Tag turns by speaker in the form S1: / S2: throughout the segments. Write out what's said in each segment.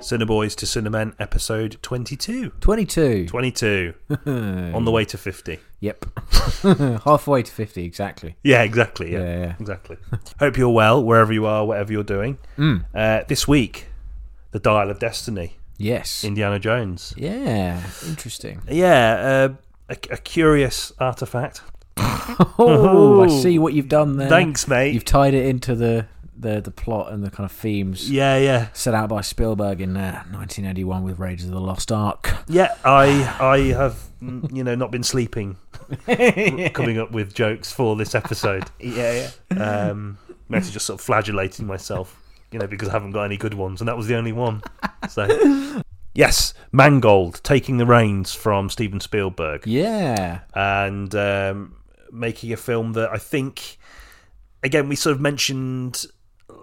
S1: Cinnaboys to Cinnamon episode 22.
S2: 22.
S1: 22. on the way to 50.
S2: Yep. Halfway to 50, exactly.
S1: Yeah, exactly. Yeah,
S2: Yeah, yeah.
S1: exactly. Hope you're well wherever you are, whatever you're doing.
S2: Mm.
S1: Uh, this week, The Dial of Destiny,
S2: Yes.
S1: Indiana Jones.
S2: Yeah. Interesting.
S1: Yeah, uh, a, a curious artifact.
S2: Oh, I see what you've done there.
S1: Thanks, mate.
S2: You've tied it into the, the, the plot and the kind of themes
S1: Yeah, yeah,
S2: set out by Spielberg in uh, 1981 with Raiders of the Lost Ark.
S1: yeah. I, I have, mm, you know, not been sleeping, coming up with jokes for this episode.
S2: Yeah,
S1: Um, I'm actually just sort of flagellating myself, you know, because I haven't got any good ones, and that was the only one. So, yes, Mangold taking the reins from Steven Spielberg
S2: yeah.
S1: and um, making a film that I think, again, we sort of mentioned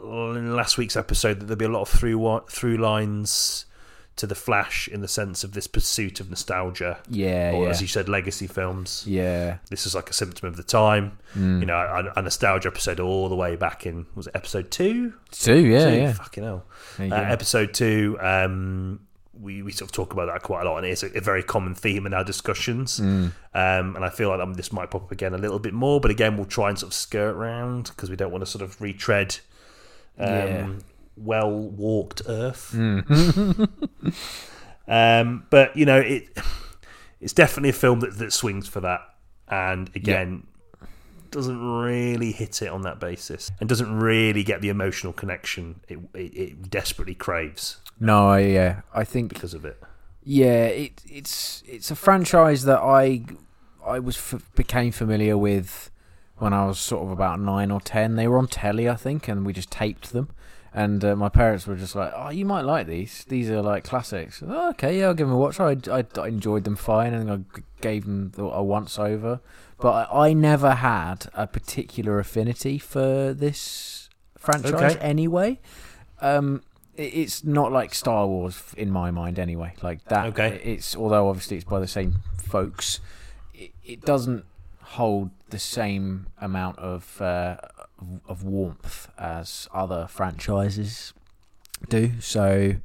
S1: in last week's episode that there'll be a lot of through through lines to the Flash in the sense of this pursuit of nostalgia,
S2: Yeah.
S1: or
S2: Yeah.
S1: as you said, legacy films
S2: yeah. Mm.
S1: this is like a symptom of the time. You know, a, a nostalgia episode all the way back in was it episode two?
S2: Two, yeah,
S1: Two?
S2: yeah.
S1: Fucking hell.
S2: There you
S1: Uh,
S2: go.
S1: episode two. Um, we, we sort of talk about that quite a lot, and it's a, a very common theme in our discussions. Um, and I feel like um, this might pop up again a little bit more, but again, we'll try and sort of skirt round because we don't want to sort of retread um,
S2: Yeah.
S1: well walked earth.
S2: Mm-hmm.
S1: um, but you know, it it's definitely a film that, that swings for that, and again. Doesn't really hit it on that basis, and doesn't really get the emotional connection it, it, it desperately craves
S2: No, I, yeah. I think
S1: because of it.
S2: Yeah, it, it's it's a franchise that I I was f- became familiar with when I was sort of about nine or ten. They were on telly, I think, and we just taped them. And uh, my parents were just like, "Oh, you might like these. These are like classics." Oh, okay, yeah, I'll give them a watch. I, I, I enjoyed them fine, and I g- gave them the, a once over. But I, I never had a particular affinity for this franchise
S1: Okay.
S2: anyway. Um, i- it's not like Star Wars f- in my mind anyway. Like that.
S1: Okay.
S2: It's although obviously it's by the same folks, it, it doesn't hold the same amount of uh, of warmth as other franchises do. So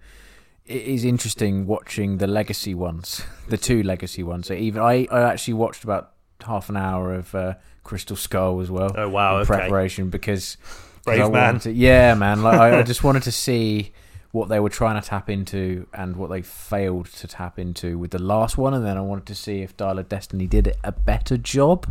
S2: it is interesting watching the legacy ones, the two legacy ones. So even I, I actually watched about half an hour of uh, Crystal Skull as well
S1: Oh wow!
S2: in
S1: Okay.
S2: preparation because 'cause
S1: Brave
S2: I
S1: man.
S2: wanted to- yeah, man. Like I, I just wanted to see what they were trying to tap into and what they failed to tap into with the last one, and then I wanted to see if Dial of Destiny did a better job.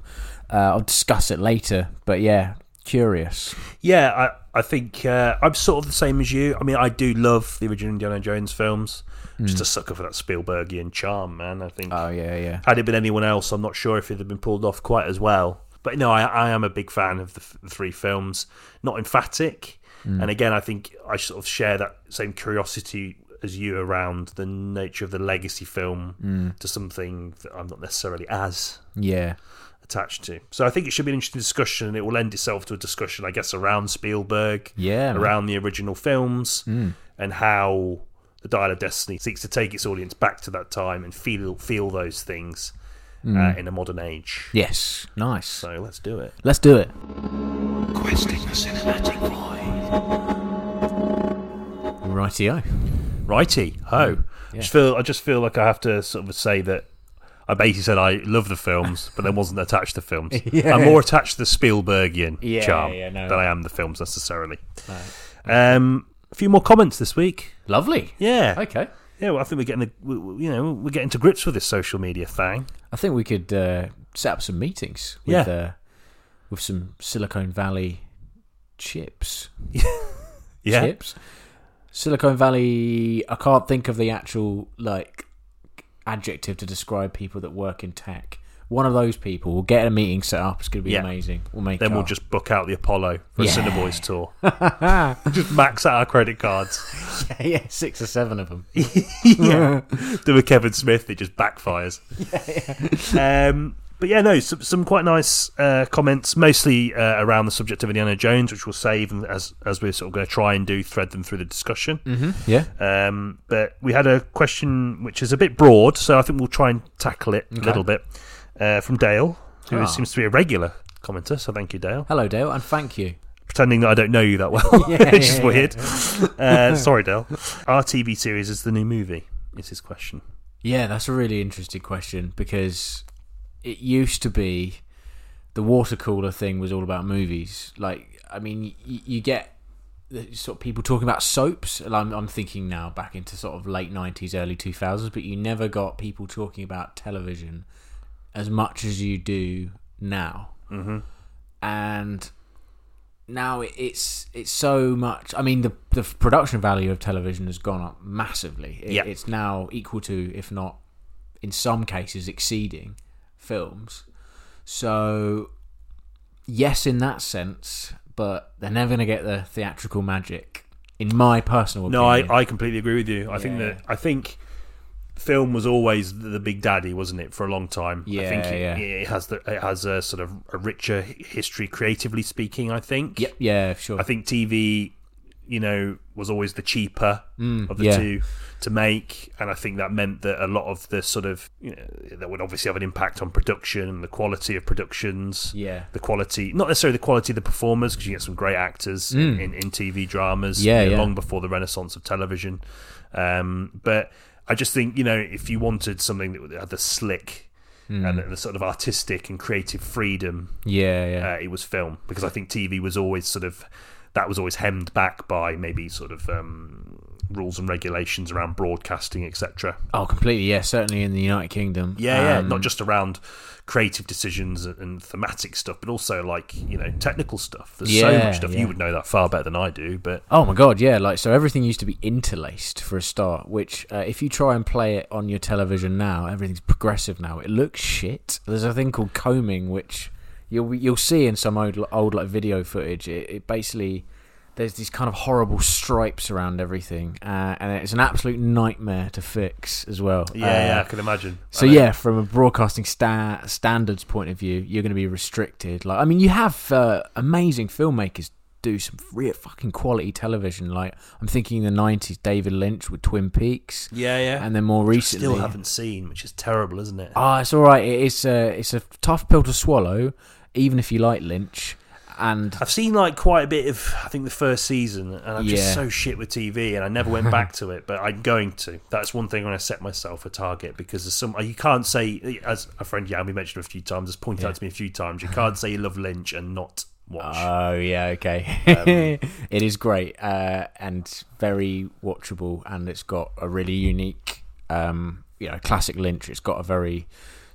S2: Uh, I'll discuss it later, but yeah, curious.
S1: Yeah, I, I think uh, I'm sort of the same as you. I mean, I do love the original Indiana Jones films. Just a sucker for that Spielbergian charm, man. I think
S2: Oh yeah, yeah,
S1: had it been anyone else, I'm not sure if it'd have been pulled off quite as well. But no, I, I am a big fan of the, f- the three films. Not emphatic, and again, I think I sort of share that same curiosity as you around the nature of the legacy film to something that I'm not necessarily as
S2: yeah,
S1: attached to. So I think it should be an interesting discussion, and it will lend itself to a discussion, I guess, around Spielberg,
S2: yeah. man.
S1: around the original films,
S2: Hmm.
S1: and how the Dial of Destiny seeks to take its audience back to that time and feel feel those things
S2: Hmm.
S1: uh, in a modern age.
S2: Yes, nice.
S1: So let's do it.
S2: Let's do it.
S3: Questing the cinematic void.
S2: Rightio.
S1: Righty ho! I just feel I just feel like I have to sort of say that. I basically said I love the films, but I wasn't attached to films.
S2: Yeah.
S1: I'm more attached to the Spielbergian
S2: Yeah,
S1: charm
S2: yeah, no.
S1: than I am the films necessarily. Um, a few more comments this week.
S2: Lovely.
S1: Yeah,
S2: Okay.
S1: yeah. Well, I think we're getting the, we- we- you know we're getting to grips with this social media thing.
S2: I think we could uh, set up some meetings with
S1: Yeah.
S2: uh, with some Silicon Valley chips.
S1: Yeah,
S2: Chips. Silicon Valley. I can't think of the actual like adjective to describe people that work in tech. One of those people. We'll get a meeting set up. It's going to be
S1: Yeah.
S2: amazing. We'll make.
S1: then we'll
S2: our-
S1: just book out the Apollo for
S2: Yeah.
S1: a Cineboys tour. just max out our credit cards.
S2: yeah, six or seven of them.
S1: yeah, do a Kevin Smith. It just backfires. um, but yeah, no, some, some quite nice uh, comments, mostly uh, around the subject of Indiana Jones, which we'll save and as as we're sort of going to try and do thread them through the discussion.
S2: Mm. Yeah.
S1: Um, but we had a question which is a bit broad, so I think we'll try and tackle it a little bit uh, from Dale, who
S2: Ah.
S1: seems to be a regular commenter. So thank you, Dale.
S2: Hello, Dale, and thank you.
S1: pretending that I don't know you that well,
S2: Yeah,
S1: which is
S2: yeah,
S1: weird. Uh, sorry, Dale. Our TV series is the new movie. Is his question?
S2: Yeah, that's a really interesting question because it used to be the water cooler thing was all about movies. Like, I mean, you, you get the sort of people talking about soaps. And I'm, I'm thinking now back into sort of late 90s, early 2000s, but you never got people talking about television as much as you do now. Mm-hmm. And now it- it's it's so much. I mean, the the production value of television has gone up massively. It,
S1: Yeah.
S2: It's now equal to, if not, in some cases, exceeding films. So, yes, in that sense, but they're never going to get the theatrical magic. In my personal
S1: No, I,
S2: opinion,
S1: I completely agree with you. I think
S2: Yeah.
S1: that I think film was always the, the big daddy, wasn't it, for a long time? I
S2: Yeah,
S1: think it,
S2: yeah.
S1: it has the it has a sort of a richer hi- history, creatively speaking. I think.
S2: Yep, yeah, sure.
S1: I think TV, you know, was always the cheaper of
S2: Mm,
S1: the
S2: yeah.
S1: two to make, and I think that meant that a lot of the sort of you know, that would obviously have an impact on production and the quality of productions.
S2: Yeah.
S1: the quality, not necessarily the quality of the performers, because you get some great actors in, in, in TV dramas.
S2: Mm. Yeah,
S1: you know,
S2: yeah.
S1: long before the renaissance of television. Um, but I just think you know, if you wanted something that had the slick.
S2: Mm.
S1: And the, the sort of artistic and creative freedom
S2: yeah, yeah.
S1: uh, it was film because I think TV was always sort of that was always hemmed back by maybe sort of um, rules and regulations around broadcasting, etc.
S2: oh, completely. Yeah, certainly in the United Kingdom.
S1: Yeah, yeah,
S2: Um,
S1: not just around creative decisions and, and thematic stuff, but also like you know technical stuff. There's so
S2: Yeah,
S1: much stuff
S2: yeah.
S1: you would know that far better than I do, but
S2: Oh my god, yeah! Like so, everything used to be interlaced for a start. Which, uh, if you try and play it on your television now, everything's progressive now. It looks shit. There's a thing called combing, which you'll you'll see in some old old like video footage. It, it basically there's these kind of horrible stripes around everything, uh, and it's an absolute nightmare to fix as well.
S1: yeah,
S2: Uh,
S1: yeah, I can imagine.
S2: so
S1: I know.
S2: yeah, from a broadcasting sta- standards point of view, you're going to be restricted. Like, I mean, you have uh, amazing filmmakers do some real fucking quality television. Like, I'm thinking the '90s, David Lynch with Twin Peaks,
S1: yeah, yeah.
S2: and then more
S1: Which I
S2: recently,
S1: still haven't seen, which is terrible, isn't it?
S2: Ah, it's all right. It is a it's a tough pill to swallow, even if you like Lynch. And
S1: I've seen like quite a bit of I think the first season, and I'm
S2: Yeah.
S1: just so shit with TV, and I never went back to it. But I'm going to. That's one thing when I set myself a target because there's some you can't say as a friend Yami mentioned a few times, has pointed
S2: Yeah.
S1: out to me a few times. You can't say you love Lynch and not watch.
S2: Oh yeah, okay.
S1: Um,
S2: it is great uh, and very watchable, and it's got a really unique, um, you know, classic Lynch. It's got a very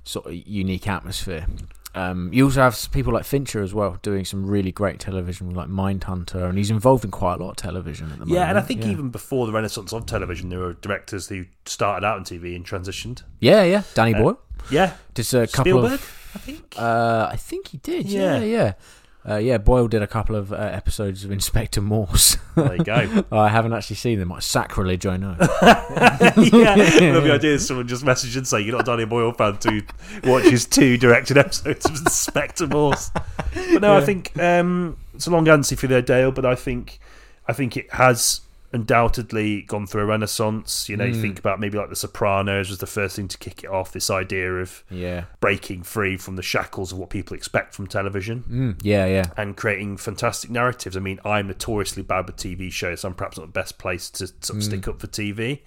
S2: sort of unique atmosphere. Um, you also have s- people like Fincher as well doing some really great television, like Mindhunter, and he's involved in quite a lot of television at the moment.
S1: yeah, and I think
S2: yeah.
S1: even before the renaissance of television, there were directors who started out in TV and transitioned.
S2: yeah, yeah, Danny Boyle.
S1: Yeah,
S2: Just a couple
S1: Uh, Spielberg,
S2: of
S1: I think.
S2: Uh, I think he did.
S1: Yeah.
S2: Yeah, yeah. Uh, yeah, Boyle did a couple of uh, episodes of Inspector Morse.
S1: there you go.
S2: Uh, I haven't actually seen them. Like, sacrilege, I know.
S1: yeah, the idea is someone just messaged and saying you're not a Danny Boyle fan to watch his two directed episodes of Inspector Morse. But no, I think um, it's a long answer for there, Dale. But I think I think it has undoubtedly gone through a renaissance. You know, you think about maybe like The Sopranos was the first thing to kick it off. This idea of
S2: yeah.
S1: breaking free from the shackles of what people expect from television
S2: Mm, yeah, yeah.
S1: and creating fantastic narratives. I mean, I'm notoriously bad with TV shows, so I'm perhaps not the best place to sort
S2: Mm.
S1: of stick up for TV.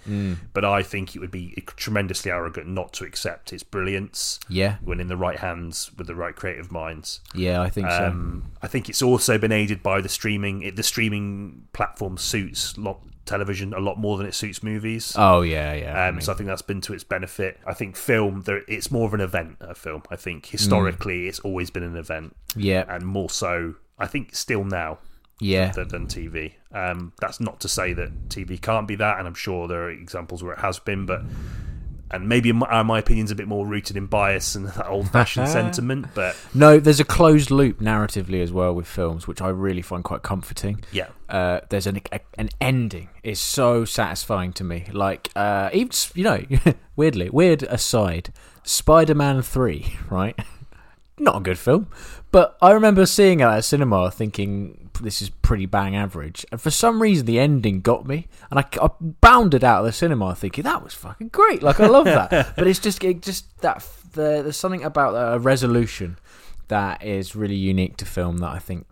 S1: But I think it would be e-, tremendously arrogant not to accept its brilliance
S2: Yeah.
S1: when in the right hands with the right creative minds.
S2: Yeah, I think
S1: Um, I think it's also been aided by the streaming. It, the streaming platform suits lot, television a lot more than it suits movies.
S2: so. Oh, yeah, yeah. I
S1: Um,
S2: mean,
S1: so I think that's been to its benefit. I think film, there, it's more of an event. A film, I think historically,
S2: Mm.
S1: it's always been an event
S2: yeah,
S1: and more so, I think, still now
S2: yeah.
S1: than, than TV. Um, that's not to say that TV can't be that, and I'm sure there are examples where it has been, but and maybe my, uh, my opinion's a bit more rooted in bias and that old-fashioned sentiment, but
S2: No, there's a closed loop narratively as well with films, which I really find quite comforting.
S1: yeah,
S2: uh, there's an a, an ending is so satisfying to me. Like uh, even s- you know, weirdly, weird aside, Spider-Man Three, right? Not a good film, but I remember seeing it at a cinema, thinking this is pretty bang average, and for some reason the ending got me, and I, I bounded out of the cinema thinking that was fucking great. Like I love that, but it's just it just that f- the, there's something about a resolution that is really unique to film that I think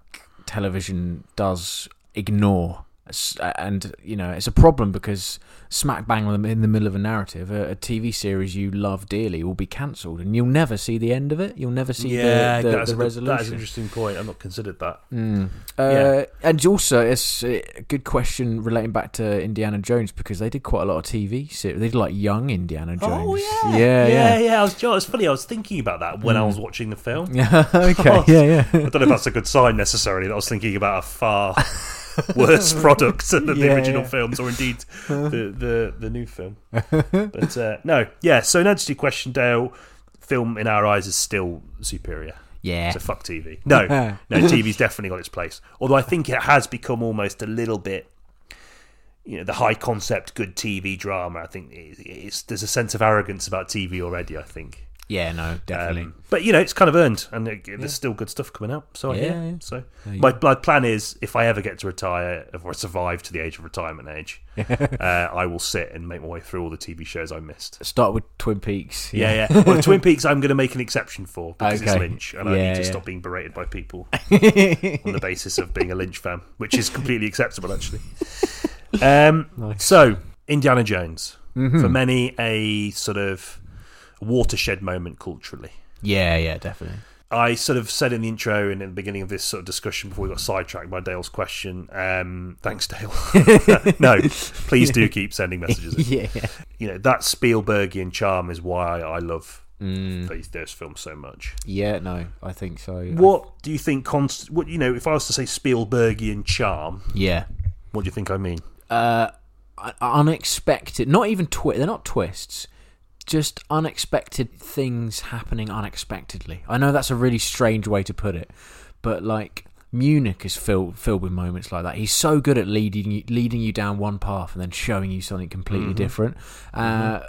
S2: television does ignore. S- And you know it's a problem because smack bang in the middle of a narrative, a, a TV series you love dearly will be cancelled, and you'll never see the end of it. You'll never see
S1: yeah,
S2: the, the,
S1: that's
S2: the
S1: a good- that is an
S2: resolution.
S1: interesting point. I've not considered that.
S2: Mm. Uh,
S1: Yeah.
S2: And also, it's a good question relating back to Indiana Jones because they did quite a lot of TV series. They did like young Indiana
S1: Oh
S2: Jones.
S1: yeah,
S2: yeah,
S1: yeah,
S2: yeah. Mm.
S1: yeah. I was, you know, it's funny. I was thinking about that when I was watching the film.
S2: okay, yeah, yeah.
S1: I don't know if that's a good sign necessarily. That I was thinking about a far worse product than the
S2: Yeah,
S1: original
S2: yeah.
S1: films, or indeed the the, the new film. But uh, no, yeah. So in answer to your question, Dale, film in our eyes is still superior.
S2: Yeah.
S1: So fuck TV. No, no, TV's definitely got its place. Although I think it has become almost a little bit, you know, the high concept good TV drama. I think it- it's, there's a sense of arrogance about TV already. I think.
S2: Yeah, no, definitely.
S1: Um, but you know, it's kind of earned, and it, there's still good stuff coming out. So I
S2: Yeah,
S1: yeah,
S2: yeah.
S1: So
S2: There you
S1: my, my plan is, if I ever get to retire or survive to the age of retirement age, uh, I will sit and make my way through all the TV shows I missed.
S2: Start with Twin Peaks.
S1: Yeah, yeah. Well, Twin Peaks, I'm going to make an exception for because it's
S2: Okay.
S1: Lynch, and I
S2: Yeah,
S1: need to
S2: yeah.
S1: stop being berated by people on the basis of being a Lynch fan, which is completely acceptable, actually. Um, So, Indiana Jones for
S2: Mm-hmm.
S1: many a sort of watershed moment culturally.
S2: yeah, yeah, definitely.
S1: I sort of said in the intro and in the beginning of this sort of discussion before we got sidetracked by Dale's question. Um, thanks, Dale. no, please do keep sending messages. in.
S2: Yeah, yeah.
S1: You know that Spielbergian charm is why I love these those films so much.
S2: Mm, yeah, no, I think so.
S1: What do you think? Const- what you know? If I was to say Spielbergian charm,
S2: yeah.
S1: what do you think I mean?
S2: Un- uh, Unexpected, not even twi- they're not twists, just unexpected things happening unexpectedly. I know that's a really strange way to put it, but like Munich is filled filled with moments like that. He's so good at leading you, leading you down one path and then showing you something completely different. Uh,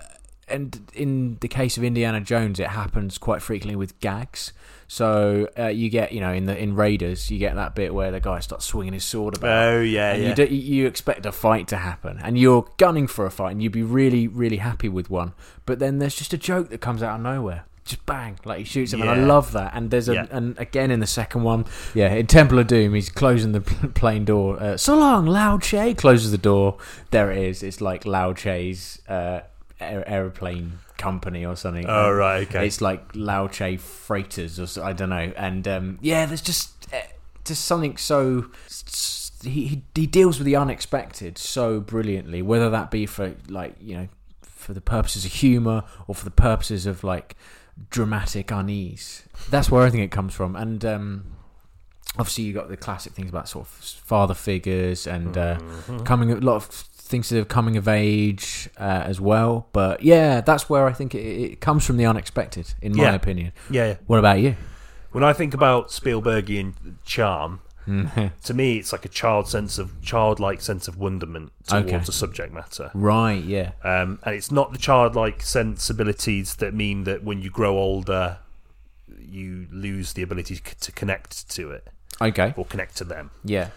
S2: and in the case of Indiana Jones, it happens quite frequently with gags. So uh, you get, you know, in the in Raiders, you get that bit where the guy starts swinging his sword about,
S1: Oh, yeah,
S2: and
S1: yeah.
S2: You, do, you expect a fight to happen, and you're gunning for a fight, and you'd be really, really happy with one. But then there's just a joke that comes out of nowhere. Just bang, like he shoots him, and I
S1: Yeah.
S2: love that. And there's a,
S1: Yeah.
S2: and again in the second one, yeah, in Temple of Doom, he's closing the pl- plane door. Uh, so long, Lao Che closes the door. There it is. It's like Lao Che's uh, aer- aeroplane company or something.
S1: Oh, right, okay.
S2: It's like Lao Che freighters or so, I don't know. And um, yeah, there's just eh, just something so s- s- he he- he deals with the unexpected so brilliantly, whether that be for like you know for the purposes of humor or for the purposes of like dramatic unease. That's where I think it comes from. And um, obviously you got the classic things about sort of father figures and uh,
S1: Mm-hmm.
S2: coming a lot of things that have coming of age uh, as well. But yeah, that's where I think it, it comes from the unexpected, in my
S1: Yeah.
S2: opinion.
S1: Yeah, yeah.
S2: What about you?
S1: When I think about Spielbergian charm, to me it's like a child sense of childlike sense of wonderment towards
S2: Okay.
S1: a subject matter.
S2: Right, yeah,
S1: Um, and it's not the childlike sensibilities that mean that when you grow older, you lose the ability c- to connect to it
S2: okay,
S1: or connect to them.
S2: yeah,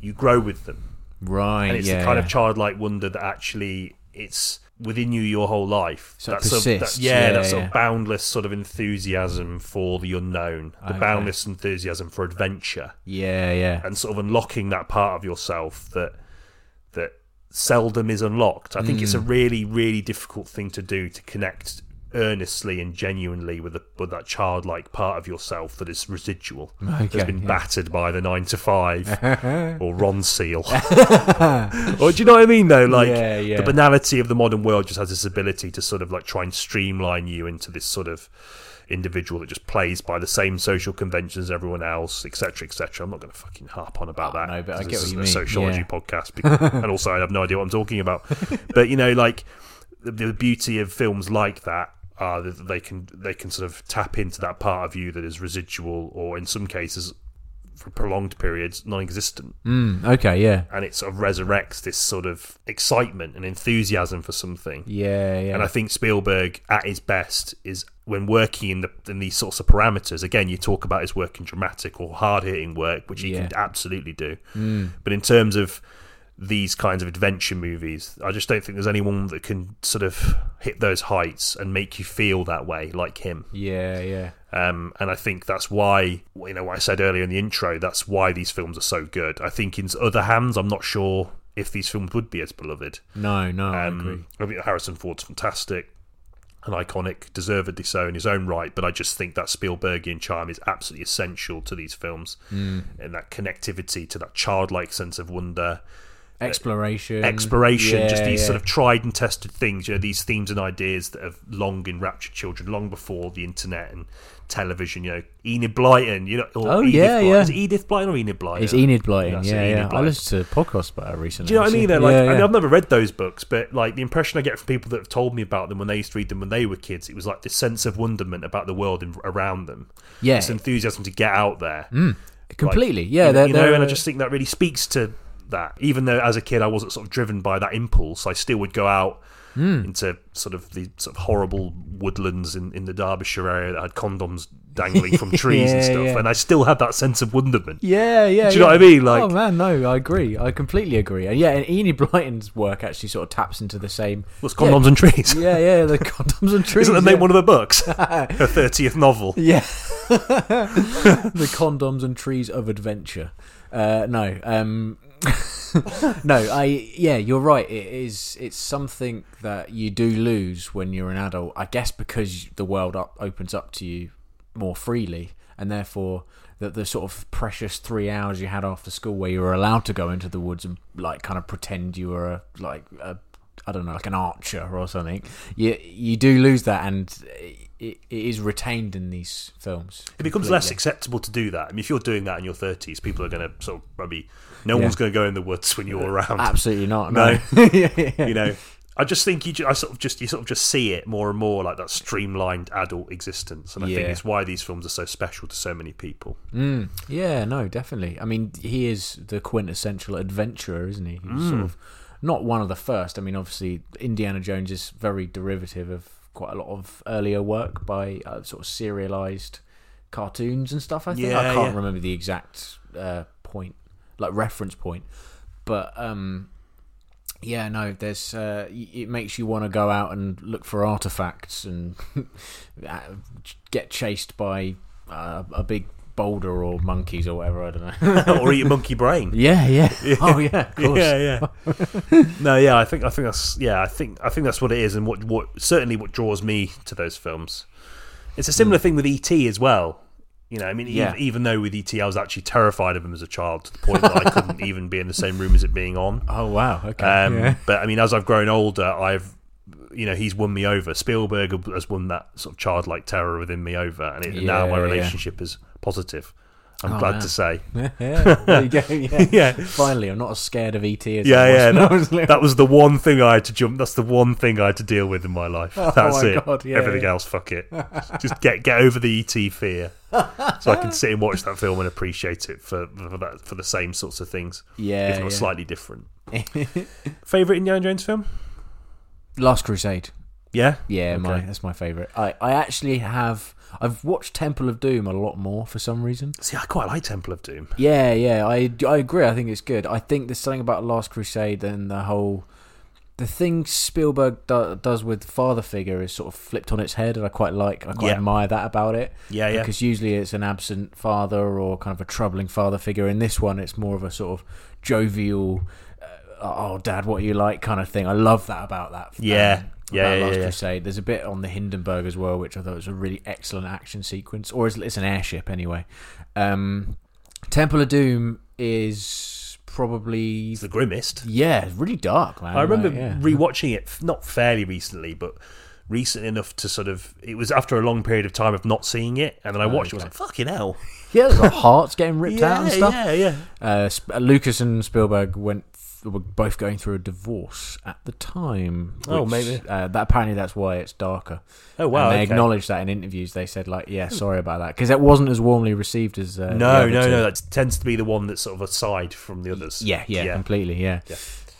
S1: You grow with them.
S2: right,
S1: And it's
S2: yeah,
S1: the kind
S2: yeah.
S1: of childlike wonder that actually it's within you your whole life.
S2: So it
S1: sort of-
S2: persists.
S1: yeah,
S2: Yeah,
S1: that sort
S2: yeah.
S1: of boundless sort of enthusiasm for the unknown, the
S2: Okay.
S1: boundless enthusiasm for adventure
S2: yeah, yeah,
S1: and sort of unlocking that part of yourself that that seldom is unlocked. I think it's
S2: Mm.
S1: a really really difficult thing to do to connect earnestly and genuinely with the, with that childlike part of yourself that is residual
S2: Okay,
S1: that's been
S2: yeah.
S1: battered by the 9 to 5 or Ron Seal. or do you know what I mean though like
S2: Yeah, yeah.
S1: the banality of the modern world just has this ability to sort of like try and streamline you into this sort of individual that just plays by the same social conventions as everyone else, etc., etc. I'm not going to fucking harp on about
S2: Oh,
S1: that.
S2: no, but I
S1: 'cause
S2: get
S1: this
S2: what
S1: isn't
S2: you
S1: a
S2: mean,
S1: sociology
S2: yeah.
S1: podcast, because, and also I have no idea what I'm talking about. but you know, like the, the beauty of films like that. are that they can they can sort of tap into that part of you that is residual or in some cases for prolonged periods non-existent
S2: Mm, okay, yeah,
S1: and it sort of resurrects this sort of excitement and enthusiasm for something
S2: yeah, yeah,
S1: and I think Spielberg, at his best, is when working in the in these sorts of parameters. Again, you talk about his work in dramatic or hard hitting work, which he
S2: Yeah.
S1: can absolutely do. But in terms of these kinds of adventure movies. I just don't think there's anyone that can sort of hit those heights and make you feel that way like him.
S2: Yeah, yeah.
S1: Um, and I think that's why, you know, what I said earlier in the intro, that's why these films are so good. I think in other hands, I'm not sure if these films would be as beloved.
S2: No, no, I agree.
S1: Um, I think Harrison Ford's fantastic and iconic, deservedly so in his own right, but I just think that Spielbergian charm is absolutely essential to these films
S2: Mm.
S1: and that connectivity to that childlike sense of wonder
S2: Exploration,
S1: uh, exploration, just
S2: Yeah,
S1: these
S2: yeah.
S1: sort of tried and tested things, you know, these themes and ideas that have long enraptured children long before the internet and television, you know, Enid Blyton, you know, or
S2: Oh,
S1: Edith
S2: yeah,
S1: Blyton.
S2: yeah.
S1: Is it Edith Blyton or Enid Blyton?
S2: It's Enid Blyton.
S1: That's it,
S2: yeah,
S1: Enid
S2: yeah. I
S1: Blyton.
S2: listened to a podcast about her recently.
S1: Do you know what I mean? They're
S2: actually.
S1: like,
S2: Yeah,
S1: I mean,
S2: yeah.
S1: I've never read those books, but like the impression I get from people that have told me about them when they used to read them when they were kids, it was like this sense of wonderment about the world in, around them,
S2: yeah,
S1: this enthusiasm to get out there,
S2: completely. yeah,
S1: you know,
S2: they're,
S1: you know,
S2: they're,
S1: and I just think that really speaks to that. Even though as a kid I wasn't sort of driven by that impulse, I still would go out
S2: Hmm.
S1: into sort of the sort of horrible woodlands in, in the Derbyshire area that had condoms dangling from trees and
S2: Yeah,
S1: stuff,
S2: yeah.
S1: and I still had that sense of wonderment.
S2: Yeah, yeah.
S1: Do you know
S2: yeah.
S1: what I mean? Like-
S2: oh man, no, I agree. I completely agree. And yeah, and Enid Blyton's work actually sort of taps into the same.
S1: What's condoms and trees?
S2: Yeah, yeah, the condoms and trees.
S1: Isn't that
S2: yeah.
S1: name one of her books? her thirtieth novel.
S2: Yeah, the condoms and trees of adventure. Uh, no, um, no, I. Yeah, you're right. It is. It's something that you do lose when you're an adult. I guess because the world up, opens up to you more freely, and therefore that the sort of precious three hours you had after school, where you were allowed to go into the woods and like kind of pretend you were a, like a I don't know, like an archer or something. You you do lose that, and it, it is retained in these films.
S1: It becomes less acceptable to do that. I mean, if you're doing that in your thirties, people are going to sort of probably no one's going to go in the woods when
S2: Uh,
S1: you're around.
S2: Absolutely not.
S1: No.
S2: No, yeah, yeah.
S1: you know i just think you ju- i sort of just you sort of just see it more and more like that streamlined adult existence and i think
S2: Yeah.
S1: it's why these films are so special to so many people
S2: Mm, yeah, no, definitely. I mean, he is the quintessential adventurer, isn't he? He's
S1: Mm.
S2: sort of not one of the first. I mean, obviously, Indiana Jones is very derivative of quite a lot of earlier work by uh, sort of serialized cartoons and stuff. I think
S1: Yeah,
S2: I can't
S1: yeah.
S2: remember the exact uh, point, like reference point, but um, yeah, no, there's uh, y- it makes you want to go out and look for artifacts and uh, get chased by uh, a big boulder or monkeys or whatever. I don't know.
S1: or eat a monkey brain
S2: yeah, yeah, Oh yeah, of course.
S1: yeah yeah no yeah i think i think that's yeah i think i think that's what it is and what what certainly what draws me to those films it's a similar thing with et as well you know, I mean, e-
S2: Mm. Yeah.
S1: even though with ET I was actually terrified of him as a child to the point that I couldn't even be in the same room as it being on.
S2: Oh wow. Okay.
S1: Um,
S2: yeah.
S1: But I mean, as I've grown older, I've you know he's won me over. Spielberg has won that sort of childlike terror within me over, and it, now
S2: Yeah,
S1: my
S2: yeah.
S1: relationship is positive. I'm
S2: Oh,
S1: glad
S2: man.
S1: to say,
S2: yeah. There you go. Yeah.
S1: yeah,
S2: Finally, I'm not as scared of ET as
S1: yeah,
S2: I was
S1: yeah.
S2: when I was
S1: That,
S2: little.
S1: that was the one thing I had to jump. That's the one thing I had to deal with in my life.
S2: Oh,
S1: That's
S2: my
S1: it.
S2: God, yeah,
S1: Everything
S2: yeah.
S1: else, fuck it. Just get get over the ET fear, so I can sit and watch that film and appreciate it for for, that, for the same sorts of things,
S2: yeah,
S1: if not
S2: yeah.
S1: slightly different. Favorite Indiana Jones film?
S2: Last Crusade.
S1: Yeah,
S2: Yeah, my
S1: Okay.
S2: that's my favorite. I I actually have I've watched Temple of Doom a lot more for some reason.
S1: See, I quite like Temple of Doom.
S2: Yeah, yeah, I I agree. I think it's good. I think there's something about Last Crusade and the whole the thing Spielberg do, does with father figure is sort of flipped on its head, and I quite like. I quite
S1: Yeah.
S2: admire that about it.
S1: Yeah, yeah.
S2: Because usually it's an absent father or kind of a troubling father figure. In this one, it's more of a sort of jovial, uh, "Oh, Dad, what you like?" kind of thing. I love that about that. um,
S1: Yeah. Yeah,
S2: about
S1: yeah,
S2: Last
S1: yeah.
S2: Crusade. There's a bit on the Hindenburg as well, which I thought was a really excellent action sequence, or it's, it's an airship anyway. Um, Temple of Doom is probably
S1: It's the grimmest.
S2: yeah, it's really dark, man.
S1: I remember
S2: Like, yeah.
S1: rewatching it, f- not fairly recently, but recent enough to sort of. It was after a long period of time of not seeing it, and then I watched it. I was like, "Fucking hell!"
S2: yeah, there's like hearts getting Oh, ripped out
S1: Yeah,
S2: and stuff.
S1: yeah, yeah.
S2: Uh, Sp- uh, Lucas and Spielberg went th- were both going through a divorce at the time.
S1: Oh, maybe.
S2: uh, that apparently that's why it's darker.
S1: Oh, wow,
S2: And they
S1: okay. Hmm.
S2: acknowledged that in interviews. They said like, "Yeah, sorry about that," because it wasn't as warmly received as uh, the
S1: No,
S2: other
S1: no,
S2: two.
S1: no. That tends to be the one that's sort of aside from the others.
S2: Yeah, yeah,
S1: yeah.
S2: completely, yeah.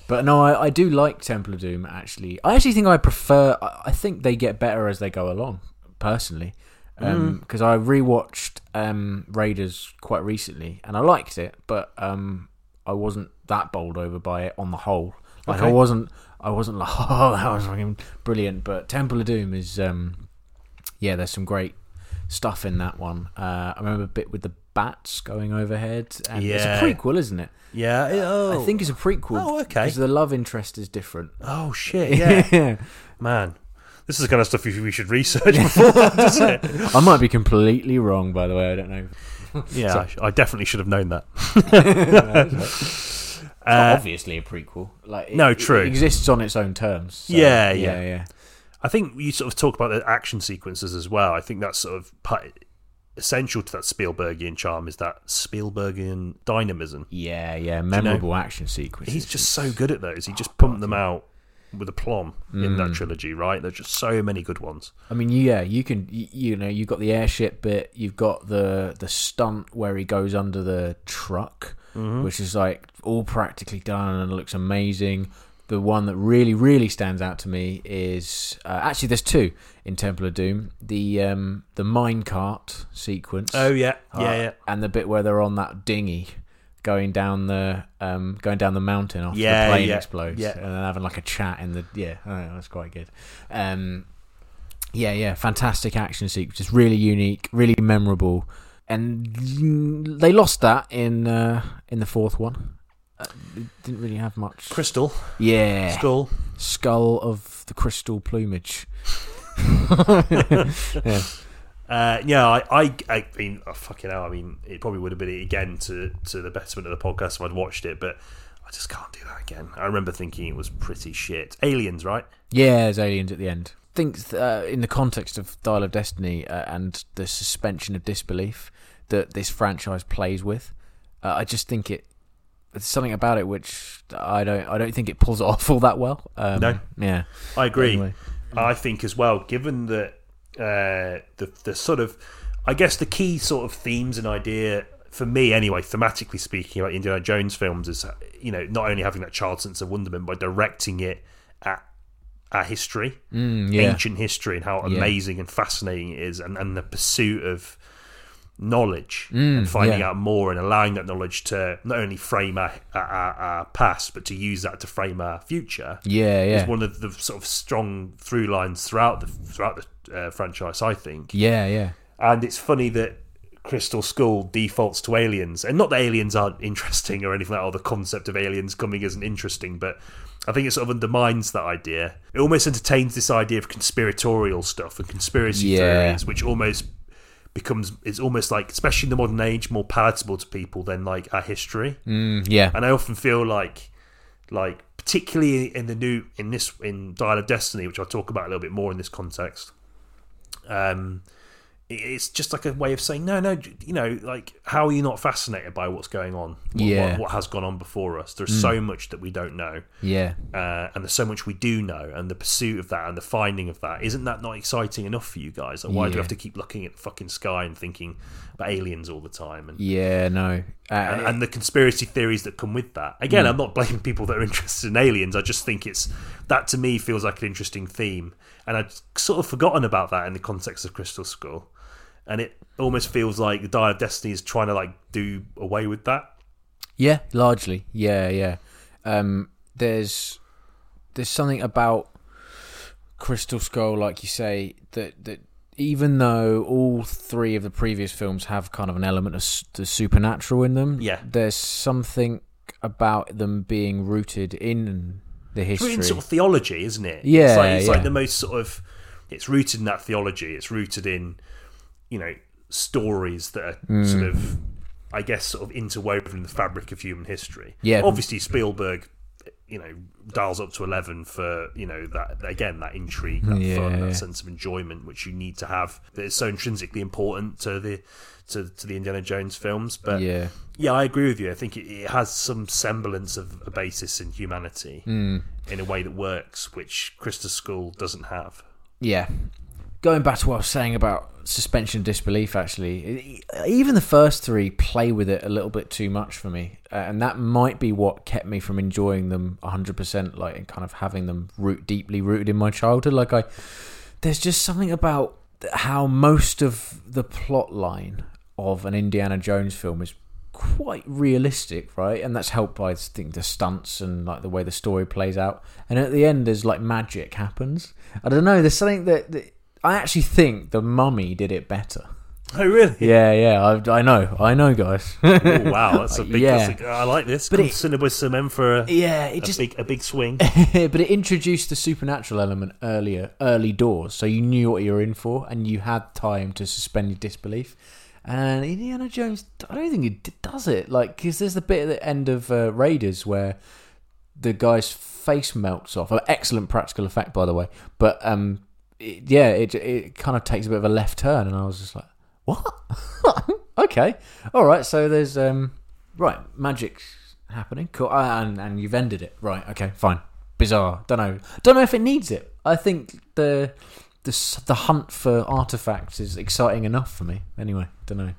S2: But no, I, I do like Temple of Doom. Actually, I actually think I prefer. I, I think they get better as they go along, personally, because I rewatched um, Raiders quite recently and I liked it, but um, I wasn't that bowled over by it on the whole. Like I
S1: Okay.
S2: wasn't, I wasn't like, oh, that was fucking brilliant. But Temple of Doom is, um, yeah, there's some great stuff in that one. Uh, I remember a bit with the bats going overhead. And It's
S1: Yeah.
S2: a prequel, isn't it?
S1: Yeah. it- oh.
S2: I think it's a prequel.
S1: Oh, okay.
S2: Because the love interest is different.
S1: Oh shit! Yeah, man, this is the kind of stuff we we should research before, doesn't it?
S2: I might be completely wrong, by the way. I don't know.
S1: Yeah, I sh- I definitely should have known that.
S2: It's not
S1: Uh,
S2: obviously a prequel. Like it,
S1: no,
S2: it-
S1: true.
S2: It exists on its own terms. so,
S1: Yeah,
S2: yeah,
S1: yeah.
S2: yeah.
S1: I think you sort of talk about the action sequences as well. I think that's sort of part, essential to that Spielbergian charm is that Spielbergian dynamism.
S2: Yeah, yeah. Memorable action sequences.
S1: He's just so good at those. He just pumped them out with aplomb in that trilogy, right? There's just so many good ones.
S2: I mean, yeah, you can. You, you know, you've got the airship bit. You've got the the stunt where he goes under the truck, which is like all practically done and looks amazing. The one that really, really stands out to me is uh, actually there's two in Temple of Doom. The um, the minecart sequence.
S1: Oh, yeah,
S2: Uh, And the bit where they're on that dinghy going down the um, going down the mountain after
S1: Yeah,
S2: the plane
S1: yeah,
S2: explodes,
S1: yeah.
S2: and then having like a chat in the yeah, I don't know, that's quite good. Um, yeah, yeah, fantastic action sequence, just really unique, really memorable, and they lost that in uh, in the fourth one. Uh, it didn't really have much.
S1: Crystal,
S2: yeah,
S1: skull.
S2: skull of the crystal plumage.
S1: Uh, yeah, I, I, I mean, oh, fucking hell. I mean, it probably would have been it again to to the betterment of the podcast if I'd watched it, but I just can't do that again. I remember thinking it was pretty shit. Aliens, right?
S2: Yeah, there's aliens at the end. Think uh, in the context of Dial of Destiny uh, and the suspension of disbelief that this franchise plays with. Uh, I just think it there's something about it which I don't I don't think it pulls it off all that well. Um,
S1: No.
S2: Yeah.
S1: I agree.
S2: Anyway.
S1: I think as well, given that uh, the the sort of, I guess the key sort of themes and idea for me anyway, thematically speaking, about Indiana Jones films is you know not only having that child sense of wonderment by directing it at our history,
S2: Mm, yeah.
S1: ancient history, and how amazing and fascinating it is, and, and the pursuit of knowledge and finding
S2: Mm, yeah.
S1: out more and allowing that knowledge to not only frame our, our, our our past but to use that to frame our future
S2: Yeah, yeah.
S1: is one of the sort of strong through lines throughout the throughout the uh, franchise, I think.
S2: yeah, yeah.
S1: And it's funny that Crystal Skull defaults to aliens, and not that aliens aren't interesting or anything like. Oh, the concept of aliens coming isn't interesting, but I think it sort of undermines that idea. It almost entertains this idea of conspiratorial stuff and conspiracy
S2: Yeah.
S1: theories, which almost becomes it's almost like especially in the modern age more palatable to people than like our history
S2: Mm, yeah.
S1: and I often feel like like particularly in the new in this in Dial of Destiny, which I'll talk about a little bit more in this context. Um, it- it's just like a way of saying no, no. You know, like how are you not fascinated by what's going on? What,
S2: Yeah. Mm.
S1: what, what has gone on before us? There's so much that we don't know,
S2: Yeah.
S1: uh, and there's so much we do know, and the pursuit of that and the finding of that isn't that not exciting enough for you guys? Like, why do
S2: Yeah.
S1: we have to keep looking at the fucking sky and thinking about aliens all the time? And
S2: Yeah, Hmm. no. Uh,
S1: and, and the conspiracy theories that come with that. Again, I'm not blaming people that are interested in aliens. I just think it's that to me feels like an interesting theme, and I'd sort of forgotten about that in the context of Crystal Skull, and it almost feels like the Dial of Destiny is trying to like do away with that.
S2: Yeah, largely. Yeah, yeah. Um, there's there's something about Crystal Skull, like you say, that that even though all three of the previous films have kind of an element of s- the supernatural in them,
S1: Yeah.
S2: there's something about them being rooted in the
S1: It's rooted
S2: history.
S1: in sort of theology, isn't it?
S2: Yeah,
S1: it's, like, it's
S2: yeah.
S1: like the most sort of it's rooted in that theology. It's rooted in you know stories that are
S2: Hmm.
S1: sort of I guess sort of interwoven in the fabric of human history.
S2: Yeah.
S1: obviously Spielberg, you know, dials up to eleven for you know that again that intrigue, that
S2: Yeah,
S1: fun,
S2: yeah.
S1: that sense of enjoyment which you need to have that is so intrinsically important to the to, to the Indiana Jones films. But
S2: yeah,
S1: yeah, I agree with you. I think it, it has some semblance of a basis in humanity
S2: Hmm.
S1: in a way that works, which Christus School doesn't have.
S2: yeah. Going back to what I was saying about suspension of disbelief, actually, e- even the first three play with it a little bit too much for me, uh, and that might be what kept me from enjoying them 100%, like and kind of having them root deeply rooted in my childhood. Like I, there's just something about how most of the plot line of an Indiana Jones film is quite realistic, right? And that's helped by I think the stunts and like the way the story plays out. And at the end, there's like magic happens. I don't know. There's something that, that I actually think the Mummy did it better.
S1: Oh, really?
S2: Yeah, yeah. I, I know. I know, guys.
S1: Oh, wow, that's a big.
S2: Yeah.
S1: that's a- I like this.
S2: But
S1: Come
S2: it-
S1: cinema with some M for a,
S2: yeah, it
S1: a
S2: just
S1: big a big swing.
S2: but it introduced the supernatural element earlier, early doors, so you knew what you were in for, and you had time to suspend your disbelief. And Indiana Jones, I don't think it d- does it. Like, because there's the bit at the end of uh, Raiders where the guy's face melts off. An excellent practical effect, by the way. But um, it, yeah, it it kind of takes a bit of a left turn, and I was just like, what? okay, all right. So there's um, right magic happening. Cool, Ah, and and you've ended it. Right, okay, fine. Bizarre. Don't know. Don't know if it needs it. I think the the s- the hunt for artifacts is exciting enough for me. Anyway, don't know.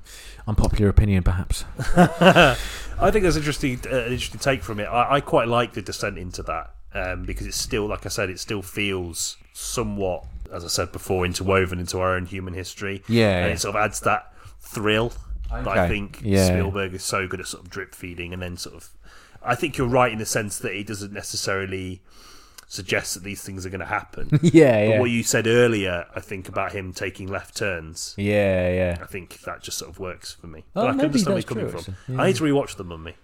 S2: Unpopular opinion, perhaps.
S1: I think that's interesting. Uh, an interesting take from it. I, I quite like the descent into that um, because it's still, like I said, it still feels somewhat, as I said before, interwoven into our own human history.
S2: Yeah,
S1: and
S2: yeah.
S1: it sort of adds that thrill that I
S2: Okay.
S1: think
S2: Yeah.
S1: Spielberg is so good at sort of drip feeding and then sort of. I think you're right in the sense that he doesn't necessarily suggest that these things are going to happen.
S2: Yeah,
S1: But
S2: yeah,
S1: what you said earlier, I think about him taking left turns.
S2: yeah, yeah.
S1: I think that just sort of works for me.
S2: Oh,
S1: but I can
S2: maybe
S1: understand where
S2: that's
S1: you're coming
S2: true,
S1: from.
S2: actually. Yeah.
S1: I need to rewatch The Mummy.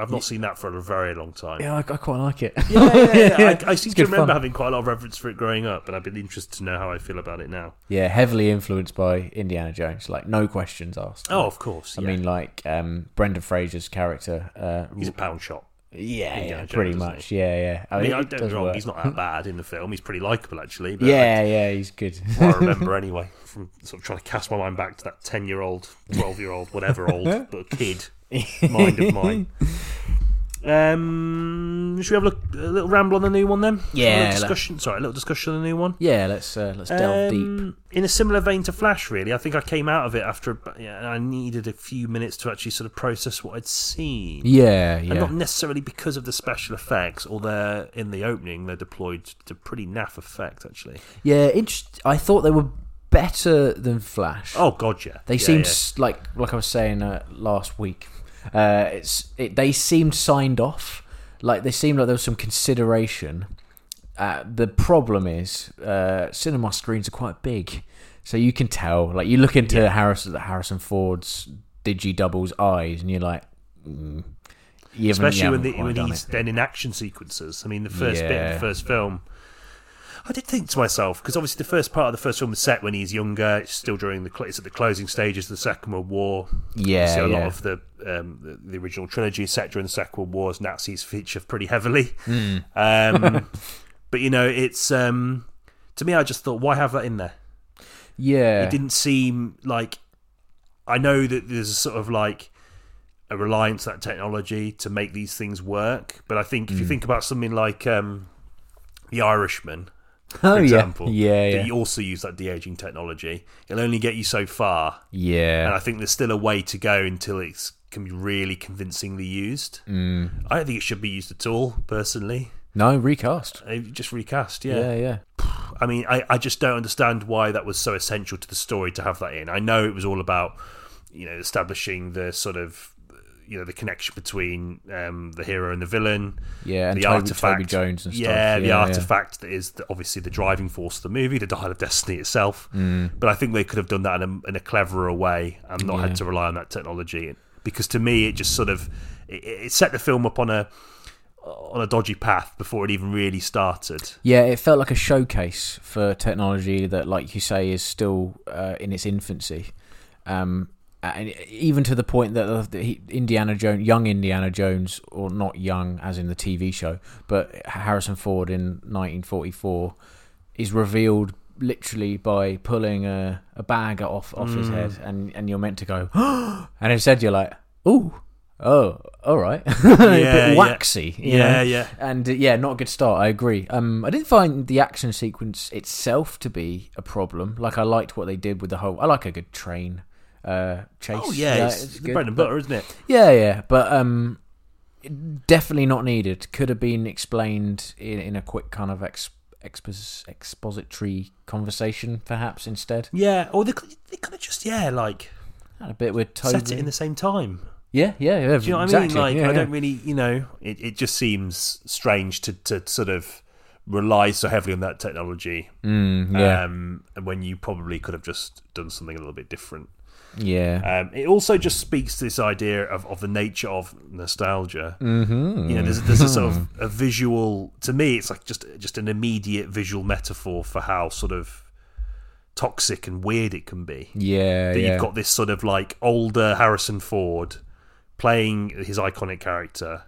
S1: I've not seen that for a very long time.
S2: Yeah, I, I quite like it.
S1: I, I seem
S2: It's
S1: to
S2: good
S1: remember
S2: fun.
S1: having quite a lot of reverence for it growing up, and I'd be interested to know how I feel about it now.
S2: Yeah, heavily influenced by Indiana Jones. Like no questions asked.
S1: Oh, of course.
S2: I
S1: yeah.
S2: mean, like um, Brendan Fraser's character. Uh,
S1: he's a pound shop.
S2: yeah, yeah,
S1: Jones,
S2: pretty
S1: isn't
S2: much. Yeah, yeah. I
S1: I mean,
S2: it
S1: I don't
S2: does
S1: get me wrong,
S2: work.
S1: he's not that bad in the film. He's pretty likable, actually. But uh,
S2: Yeah, yeah, he's good.
S1: I, what I remember anyway from sort of trying to cast my mind back to that 10 year old, 12 year old, whatever old, but kid mind of mine. Um, should we have a, look, a little ramble on the new one then?
S2: Yeah,
S1: A little
S2: let-
S1: discussion. Sorry, a little discussion on the new one.
S2: Yeah, let's uh, let's delve deep.
S1: Um, In a similar vein to Flash, really, I think I came out of it after ab- yeah, and I needed a few minutes to actually sort of process what I'd seen.
S2: Yeah, yeah.
S1: And not necessarily because of the special effects, although in the opening they're deployed to pretty naff effect, actually.
S2: Yeah, interest- I thought they were better than Flash.
S1: Oh, God, yeah.
S2: they
S1: Yeah,
S2: seemed
S1: yeah.
S2: s like like I was saying uh, last week. Uh, it's it, they seemed signed off. Like they seemed like there was some consideration. Uh, the problem is, uh, cinema screens are quite big, so you can tell. Like you look into Harrison Harrison Ford's digi doubles eyes, and you're like, mm, you haven't- you
S1: especially when,
S2: haven't
S1: the,
S2: quite
S1: when
S2: done
S1: he's
S2: it.
S1: then in action sequences. I mean, the first bit of
S2: Yeah.
S1: the first film, I did think to myself because obviously the first part of the first film was set when he's younger. It's still during the cl- it's at the closing stages of the Second World War.
S2: Yeah,
S1: so a lot
S2: yeah.
S1: of the, um, the the original trilogy is set during the Second World War. As Nazis feature pretty heavily.
S2: Hmm.
S1: Um, but you know, it's um, to me, I just thought, why have that in there?
S2: yeah,
S1: it didn't seem like I know that there's a sort of like a reliance on that technology to make these things work, but I think
S2: Hmm.
S1: if you think about something like um, The Irishman,
S2: oh,
S1: for example,
S2: yeah, yeah, yeah.
S1: that you also use that de aging technology, it'll only get you so far,
S2: yeah.
S1: and I think there's still a way to go until it's can be really convincingly used.
S2: Hmm.
S1: I don't think it should be used at all, personally.
S2: No, recast.
S1: Uh, Just recast,
S2: Yeah, yeah.
S1: I mean, I, I just don't understand why that was so essential to the story to have that in. I know it was all about, you know, establishing the sort of, you know, the connection between um, the hero and the villain.
S2: Yeah, and
S1: the
S2: Toby-
S1: artifact.
S2: Toby Jones and stuff.
S1: Yeah, the
S2: Yeah, yeah.
S1: artifact that is the, obviously the driving force of the movie, the Dial of Destiny itself.
S2: Mm.
S1: But I think they could have done that in a, in a cleverer way and not had to rely on that technology. Because to me, it just sort of it, it set the film up on a on a dodgy path before it even really started.
S2: Yeah, it felt like a showcase for technology that, like you say, is still uh, in its infancy. Um, and even to the point that uh, that he- Indiana Jones, young Indiana Jones, or not young as in the TV show, but Harrison Ford in 1944 is revealed literally by pulling a, a bag off off
S1: Mm.
S2: his head, and, and you're meant to go, and instead you're like, ooh, oh, all right, a
S1: yeah.
S2: bit waxy, you
S1: Yeah,
S2: know?
S1: yeah.
S2: and uh, yeah, not a good start. I agree. Um, I didn't find the action sequence itself to be a problem. Like I liked what they did with the whole. I like a good train uh, chase.
S1: Oh yeah, it's,
S2: it's
S1: the
S2: good,
S1: bread and
S2: but-
S1: butter, isn't it?
S2: Yeah, yeah, but um, definitely not needed. Could have been explained in, in a quick kind of ex, expos, expository conversation, perhaps instead.
S1: Yeah, or they, could- they could have just yeah like
S2: Had a bit with Toby.
S1: set it in the same time.
S2: Yeah, yeah, yeah.
S1: Do you know what
S2: exactly.
S1: I mean? Like,
S2: yeah,
S1: I don't
S2: yeah.
S1: really, you know, it, it just seems strange to, to sort of rely so heavily on that technology.
S2: Mm, yeah,
S1: Um, and when you probably could have just done something a little bit different.
S2: yeah.
S1: Um, it also just speaks to this idea of, of the nature of nostalgia.
S2: mm-hmm.
S1: You know, there's, there's a sort of a visual. To me, it's like just just an immediate visual metaphor for how sort of toxic and weird it can be.
S2: yeah,
S1: That
S2: yeah.
S1: you've got this sort of like older Harrison Ford playing his iconic character.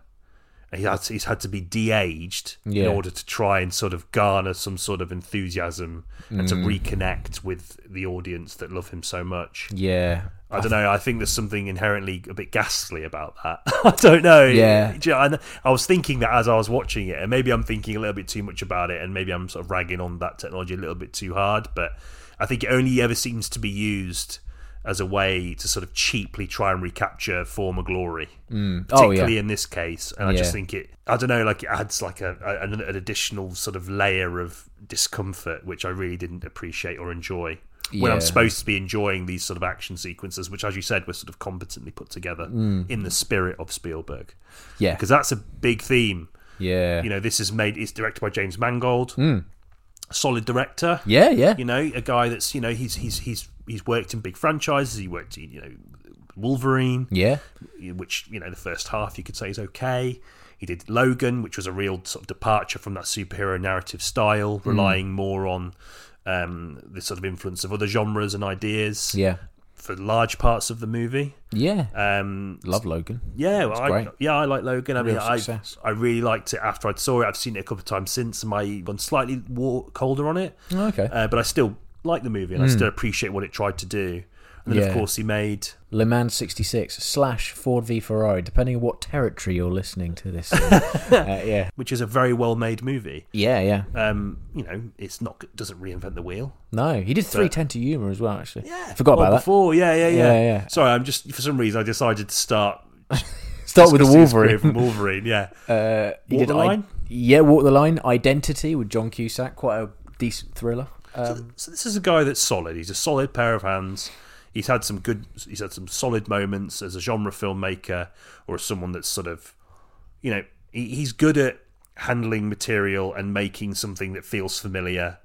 S1: And He had, he's had to be de-aged
S2: Yeah.
S1: in order to try and sort of garner some sort of enthusiasm and
S2: Mm.
S1: to reconnect with the audience that love him so much.
S2: yeah.
S1: I don't know. I think there's something inherently a bit ghastly about that. I don't know.
S2: Yeah.
S1: Do you know, I, kn- I was thinking that as I was watching it, and maybe I'm thinking a little bit too much about it, and maybe I'm sort of ragging on that technology a little bit too hard. But I think it only ever seems to be used as a way to sort of cheaply try and recapture former glory, mm.
S2: Oh, yeah.
S1: particularly in this case. And I
S2: Yeah.
S1: just think it. I don't know. Like it adds like a, a an an additional sort of layer of discomfort, which I really didn't appreciate or enjoy when I'm
S2: Yeah.
S1: supposed to be enjoying these sort of action sequences, which, as you said, were sort of competently put together
S2: Mm.
S1: in the spirit of Spielberg,
S2: Yeah,
S1: because that's a big theme.
S2: yeah,
S1: You know, this is made. It's directed by James Mangold,
S2: Mm.
S1: solid director.
S2: yeah, yeah,
S1: You know, a guy that's you know he's he's he's he's worked in big franchises. He worked in you know Wolverine,
S2: yeah,
S1: which you know the first half you could say is okay. He did Logan, which was a real sort of departure from that superhero narrative
S2: Hmm.
S1: style, relying more on um, the sort of influence of other genres and ideas
S2: yeah,
S1: for large parts of the movie.
S2: yeah.
S1: Um,
S2: Love Logan.
S1: yeah, well, I,
S2: great.
S1: yeah, I like Logan. I
S2: Real
S1: mean, I
S2: success.
S1: I really liked it after I saw it. I've seen it a couple of times since, and my gone slightly war, colder on it.
S2: Oh, okay.
S1: uh, but I still like the movie, and I still appreciate what it tried to do. And then,
S2: Hmm. Yeah.
S1: of course, he made
S2: Le Mans 66 slash Ford v Ferrari, depending on what territory you're listening to this. in. uh, yeah,
S1: which is a very well made movie.
S2: yeah, yeah.
S1: Um, you know, it's not doesn't reinvent the wheel.
S2: No, he did 310 to Yuma as well, actually.
S1: Yeah,
S2: Forgot
S1: Well,
S2: about that.
S1: before. Yeah, yeah, yeah,
S2: Yeah, yeah.
S1: Sorry, I'm just for some reason I decided to start
S2: Start with the
S1: discussing his career
S2: Wolverine.
S1: from Wolverine. Yeah,
S2: Uh, he
S1: Walk
S2: did
S1: the
S2: I-
S1: Line?
S2: yeah, Walk the Line. Identity with John Cusack. Quite a decent thriller. Um,
S1: So this is a guy that's solid. He's a solid pair of hands. He's had some good. He's had some solid moments as a genre filmmaker or as someone that's sort of, you know, he, he's good at handling material and making something that feels familiar,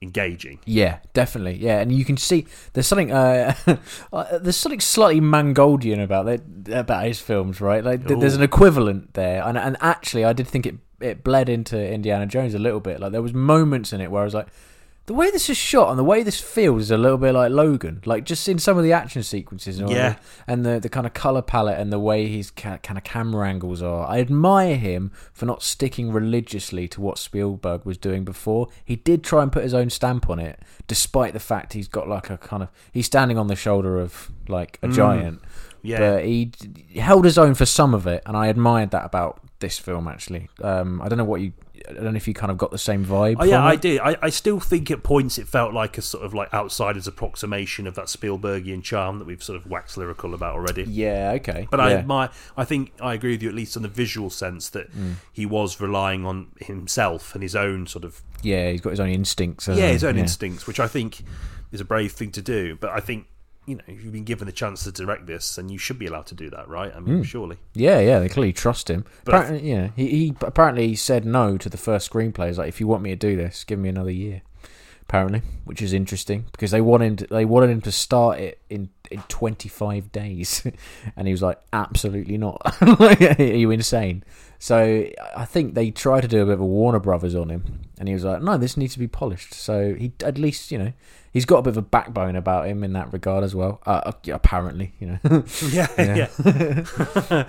S1: engaging.
S2: yeah, definitely. Yeah, and you can see there's something uh, uh, there's something slightly Mangoldian about that about his films, right? Like th- there's
S1: Ooh.
S2: an equivalent there, and and actually, I did think it it bled into Indiana Jones a little bit. Like there was moments in it where I was like. The way this is shot and the way this feels is a little bit like Logan. Like just in some of the action sequences, and all
S1: Yeah.
S2: that, and the the kind of color palette and the way his ca- kind of camera angles are. I admire him for not sticking religiously to what Spielberg was doing before. He did try and put his own stamp on it, despite the fact he's got like a kind of he's standing on the shoulder of like a giant.
S1: Mm. Yeah.
S2: But he d- held his own for some of it, and I admired that about this film actually. Um, I don't know what you, I don't know if you kind of got the same vibe.
S1: Oh yeah,
S2: from
S1: I
S2: it.
S1: did. I, I still think at points it felt like a sort of like outsider's approximation of that Spielbergian charm that we've sort of waxed lyrical about already.
S2: Yeah, okay.
S1: But I
S2: yeah.
S1: admire. I think I agree with you at least on the visual sense that he was relying on himself and his own sort of
S2: yeah, he's got his own instincts. hasn't
S1: yeah
S2: he?
S1: his own instincts, which I think is a brave thing to do. But I think you know if you've been given the chance to direct this, and you should be allowed to do that, right? I mean, surely.
S2: Yeah, yeah, they clearly trust him.
S1: But I th-
S2: apparently, yeah, he, he apparently he said no to the first screenplay. He's like, if you want me to do this, give me another year. Apparently, which is interesting because they wanted they wanted him to start it in in 25 days, and he was like, absolutely not. Like, Are you insane? So I think they tried to do a bit of a Warner Brothers on him, and he was like, no, this needs to be polished. So he at least you know he's got a bit of a backbone about him in that regard as well. Uh, apparently, you know.
S1: Yeah,
S2: Yeah.
S1: yeah, yeah.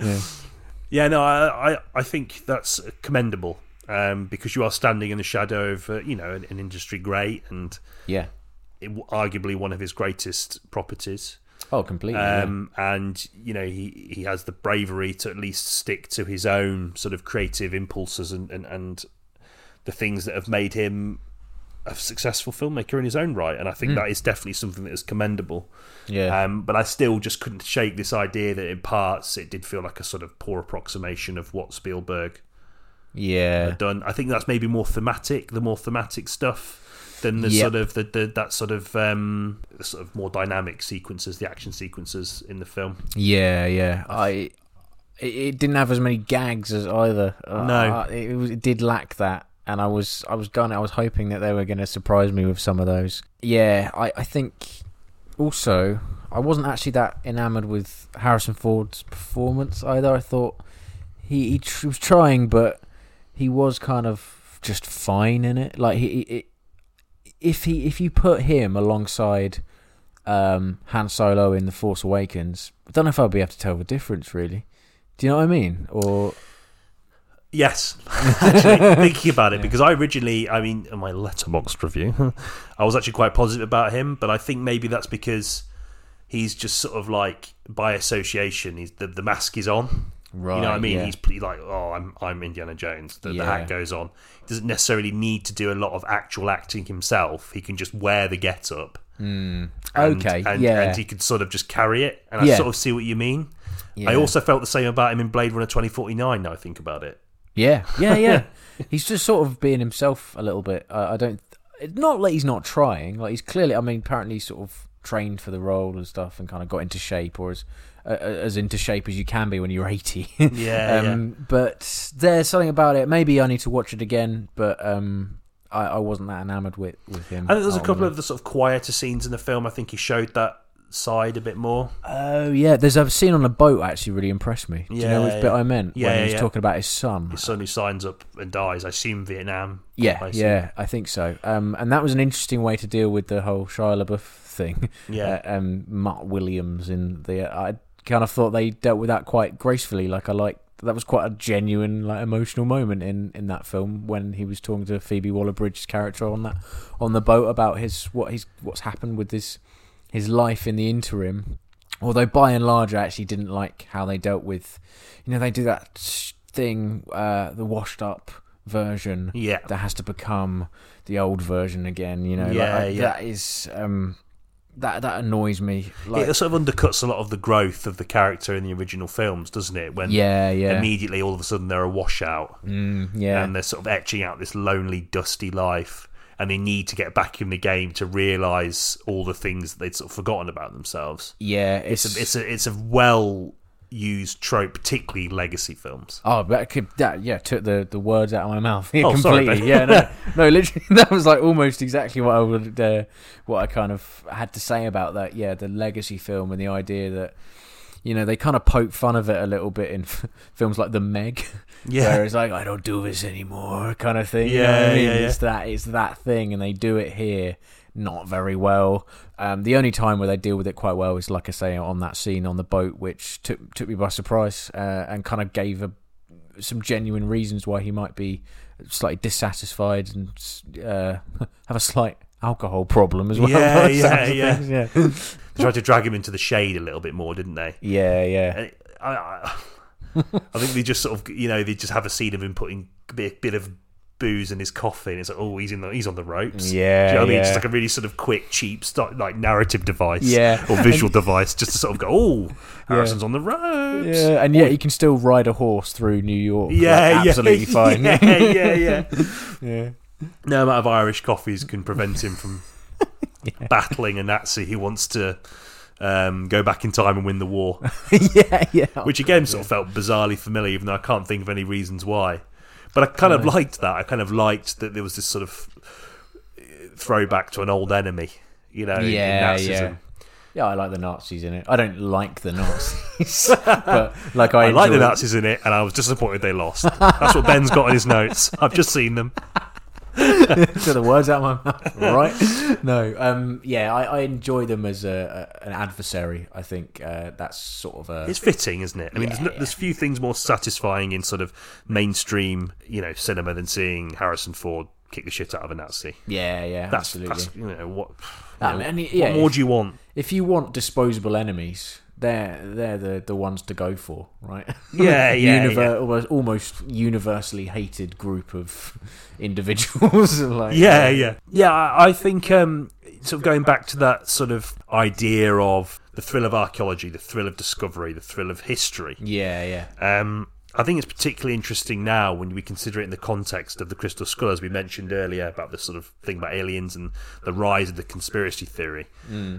S1: no, I, I, I think that's commendable um, because you are standing in the shadow of, uh, you know, an, an industry great and
S2: yeah.
S1: it, arguably one of his greatest properties.
S2: Oh, completely. yeah.
S1: Um, and you know, he he has the bravery to at least stick to his own sort of creative impulses and and, and the things that have made him a successful filmmaker in his own right. And I
S2: Hmm.
S1: think that is definitely something that is commendable.
S2: Yeah.
S1: Um, but I still just couldn't shake this idea that in parts it did feel like a sort of poor approximation of what Spielberg
S2: yeah.
S1: had done. I think that's maybe more thematic, the more thematic stuff than the
S2: Yep.
S1: sort of the, the that sort of um, sort of more dynamic sequences, the action sequences in the film.
S2: Yeah, yeah. I it, it didn't have as many gags as either. Uh,
S1: No.
S2: I- it, was, it did lack that, and I was I was going I was hoping that they were going to surprise me with some of those. Yeah, I I think also I wasn't actually that enamored with Harrison Ford's performance either. I thought he he tr- was trying, but he was kind of just fine in it. Like he, he it, if he if you put him alongside um, Han Solo in The Force Awakens, I don't know if I'd be able to tell the difference really. Do you know what I mean? Or
S1: Yes, actually thinking about it because I originally, I mean, in my letterbox review, I was actually quite positive about him, but I think maybe that's because he's just sort of like by association, he's the, the mask is on.
S2: right?
S1: you know what I mean? He's pretty like, oh, I'm I'm Indiana Jones. The, the
S2: Yeah.
S1: hat goes on. He doesn't necessarily need to do a lot of actual acting himself. He can just wear the get up. And,
S2: Hmm. okay,
S1: and,
S2: yeah,
S1: and he could sort of just carry it. And
S2: Yeah.
S1: I sort of see what you mean.
S2: yeah.
S1: I also felt the same about him in Blade Runner 2049. Now I think about it.
S2: yeah, yeah, yeah. he's just sort of being himself a little bit. I, I don't. It's not like he's not trying. Like he's clearly. I mean, apparently, he's sort of trained for the role and stuff, and kind of got into shape, or as uh, as into shape as you can be when you're eighty.
S1: Yeah, yeah.
S2: um, But there's something about it. Maybe I need to watch it again, but um, I, I wasn't that enamored with, with him.
S1: I think there's a couple
S2: ultimately.
S1: of the sort of quieter scenes in the film. I think he showed that side a bit more.
S2: Oh yeah, there's a scene on a boat actually really impressed me. Do you know
S1: Yeah,
S2: which bit
S1: yeah.
S2: I meant
S1: Yeah,
S2: when he
S1: yeah,
S2: was
S1: yeah.
S2: talking about his son?
S1: His son who signs up and dies. I assume Vietnam.
S2: yeah,
S1: place.
S2: yeah, I think so. Um, and that was an interesting way to deal with the whole Shia LaBeouf thing.
S1: Yeah.
S2: uh, um, Mark Williams in the I kind of thought they dealt with that quite gracefully. Like I like that was quite a genuine like emotional moment in in that film when he was talking to Phoebe Waller-Bridge's character on that on the boat about his what he's what's happened with his his life in the interim. Although by and large, I actually didn't like how they dealt with. You know, they do that sh- thing, uh, the washed up version
S1: Yeah.
S2: that has to become the old version again. You know, Like,
S1: Yeah,
S2: I-
S1: yeah.
S2: that is um, that that annoys me. Like,
S1: it sort of undercuts a lot of the growth of the character in the original films, doesn't it? When
S2: yeah, yeah,
S1: immediately all of a sudden they're a washout
S2: mm, yeah,
S1: and they're sort of etching out this lonely, dusty life. And they need to get back in the game to realise all the things that they'd sort of forgotten about themselves.
S2: yeah. It's,
S1: It's a, it's a, it's a well used trope, particularly legacy films.
S2: Oh, that could that yeah took the, the words out of my mouth yeah,
S1: Oh, sorry,
S2: completely. yeah, no, no, literally that was like almost exactly what I would uh, what I kind of had to say about that. Yeah, the legacy film and the idea that you know they kind of poke fun of it a little bit in f- films like The Meg,
S1: Yeah.
S2: where it's like I don't do this anymore kind of thing. you know
S1: Yeah,
S2: what I mean?
S1: yeah, yeah.
S2: It's that it's that thing, and they do it here not very well. Um, the only time where they deal with it quite well is, like I say, on that scene on the boat, which took took me by surprise uh, and kind of gave a, some genuine reasons why he might be slightly dissatisfied and uh, have a slight alcohol problem as well.
S1: Yeah,
S2: by the
S1: yeah,
S2: sounds of
S1: yeah.
S2: things, yeah,
S1: They tried to drag him into the shade a little bit more, didn't they?
S2: yeah, yeah.
S1: I, I, I think they just sort of, you know, they just have a scene of him putting a bit, bit of booze in his coffee, and it's like, oh, he's in the, he's on the ropes.
S2: Yeah,
S1: Do you know what I mean?
S2: yeah.
S1: Just like a really sort of quick, cheap, start, like narrative device,
S2: Yeah.
S1: or visual device, just to sort of go, oh, Harrison's on the ropes.
S2: Yeah, and yet he can still ride a horse through New York. like,
S1: Yeah, yeah,
S2: absolutely fine.
S1: Yeah, yeah, yeah.
S2: yeah.
S1: No amount of Irish coffees can prevent him from battling a Nazi who wants to um, go back in time and win the war.
S2: yeah, yeah.
S1: which again sort of felt bizarrely familiar, even though I can't think of any reasons why. But I kind of liked that. I kind of liked that there was this sort of uh, throwback to an old enemy, you know, in- in
S2: yeah,
S1: Nazism.
S2: yeah. Yeah, I like the Nazis in it. I don't like the Nazis, but like I,
S1: I like the
S2: enjoy-
S1: Nazis in it, and I was disappointed they lost. That's what Ben's got in his notes. I've just seen them.
S2: Took the words out of my mouth, right? no, um, yeah, I, I enjoy them as a, a an adversary. I think uh, that's sort of a
S1: It's fitting, isn't it? I mean, there's, no, there's few things more satisfying in sort of mainstream, you know, cinema than seeing Harrison Ford kick the shit out of a Nazi.
S2: yeah, yeah,
S1: That's,
S2: absolutely.
S1: that's you know what.
S2: Um,
S1: you know,
S2: and it-
S1: what
S2: yeah,
S1: more
S2: if-
S1: do you want?
S2: if you want disposable enemies, they're they're the, the ones to go for, right?
S1: Yeah, yeah,
S2: Univer-
S1: yeah.
S2: Almost, almost universally hated group of individuals. like,
S1: yeah, yeah, Um, yeah. I I think um, sort of going back to that sort of idea of the thrill of archaeology, the thrill of discovery, the thrill of history.
S2: yeah, yeah.
S1: Um, I think it's particularly interesting now when we consider it in the context of the Crystal Skull, as we mentioned earlier about this sort of thing about aliens and the rise of the conspiracy theory.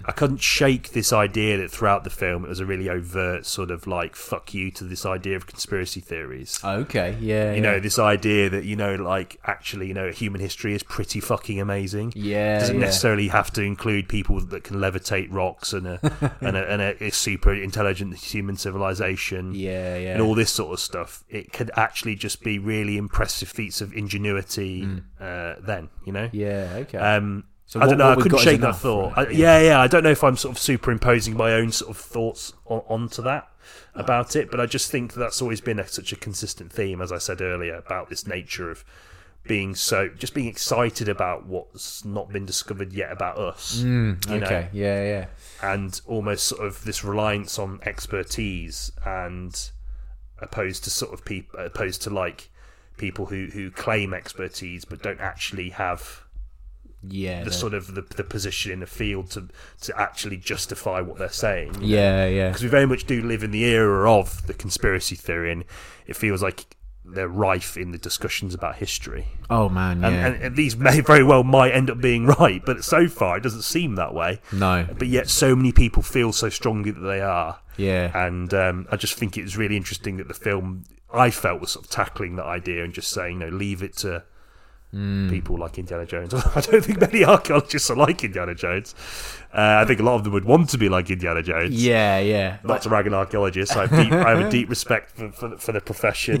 S1: I couldn't shake this idea that throughout the film it was a really overt sort of like fuck you to this idea of conspiracy theories.
S2: Okay, yeah.
S1: you know, this idea that, you know, like actually, you know, human history is pretty fucking amazing
S2: yeah,
S1: doesn't
S2: yeah.
S1: necessarily have to include people that can levitate rocks and a and a, and a, a super intelligent human civilization
S2: yeah, yeah.
S1: and all this sort of stuff. It could actually just be really impressive feats of ingenuity.
S2: Mm.
S1: Uh, then you know,
S2: yeah, okay.
S1: um,
S2: So
S1: I
S2: what-
S1: don't know.
S2: what
S1: I
S2: we've
S1: couldn't
S2: got is
S1: shake that
S2: enough,
S1: thought.
S2: right?
S1: I, yeah, yeah. I don't know if I'm sort of superimposing my own sort of thoughts on, onto that about it, but I just think that's always been a, such a consistent theme, as I said earlier, about this nature of being so just being excited about what's not been discovered yet about us, you know,
S2: Mm, okay, yeah, yeah.
S1: and almost sort of this reliance on expertise and opposed to sort of people opposed to like people who who claim expertise but don't actually have
S2: Yeah.
S1: the
S2: no.
S1: sort of the, the position in the field to to actually justify what they're saying because
S2: yeah, yeah.
S1: we very much do live in the era of the conspiracy theory and it feels like they're rife in the discussions about history
S2: Oh man, yeah.
S1: and, and, and these may very well might end up being right but so far it doesn't seem that way
S2: no.
S1: but yet so many people feel so strongly that they are
S2: Yeah.
S1: and um, I just think it was really interesting that the film I felt was sort of tackling that idea and just saying, you know, leave it to
S2: Hmm.
S1: people like Indiana Jones. I don't think many archaeologists are like Indiana Jones. Uh, I think a lot of them would want to be like Indiana Jones.
S2: Yeah, yeah.
S1: Not to rag an archaeologist. I have, deep, I have a deep respect for, for, the- for the profession.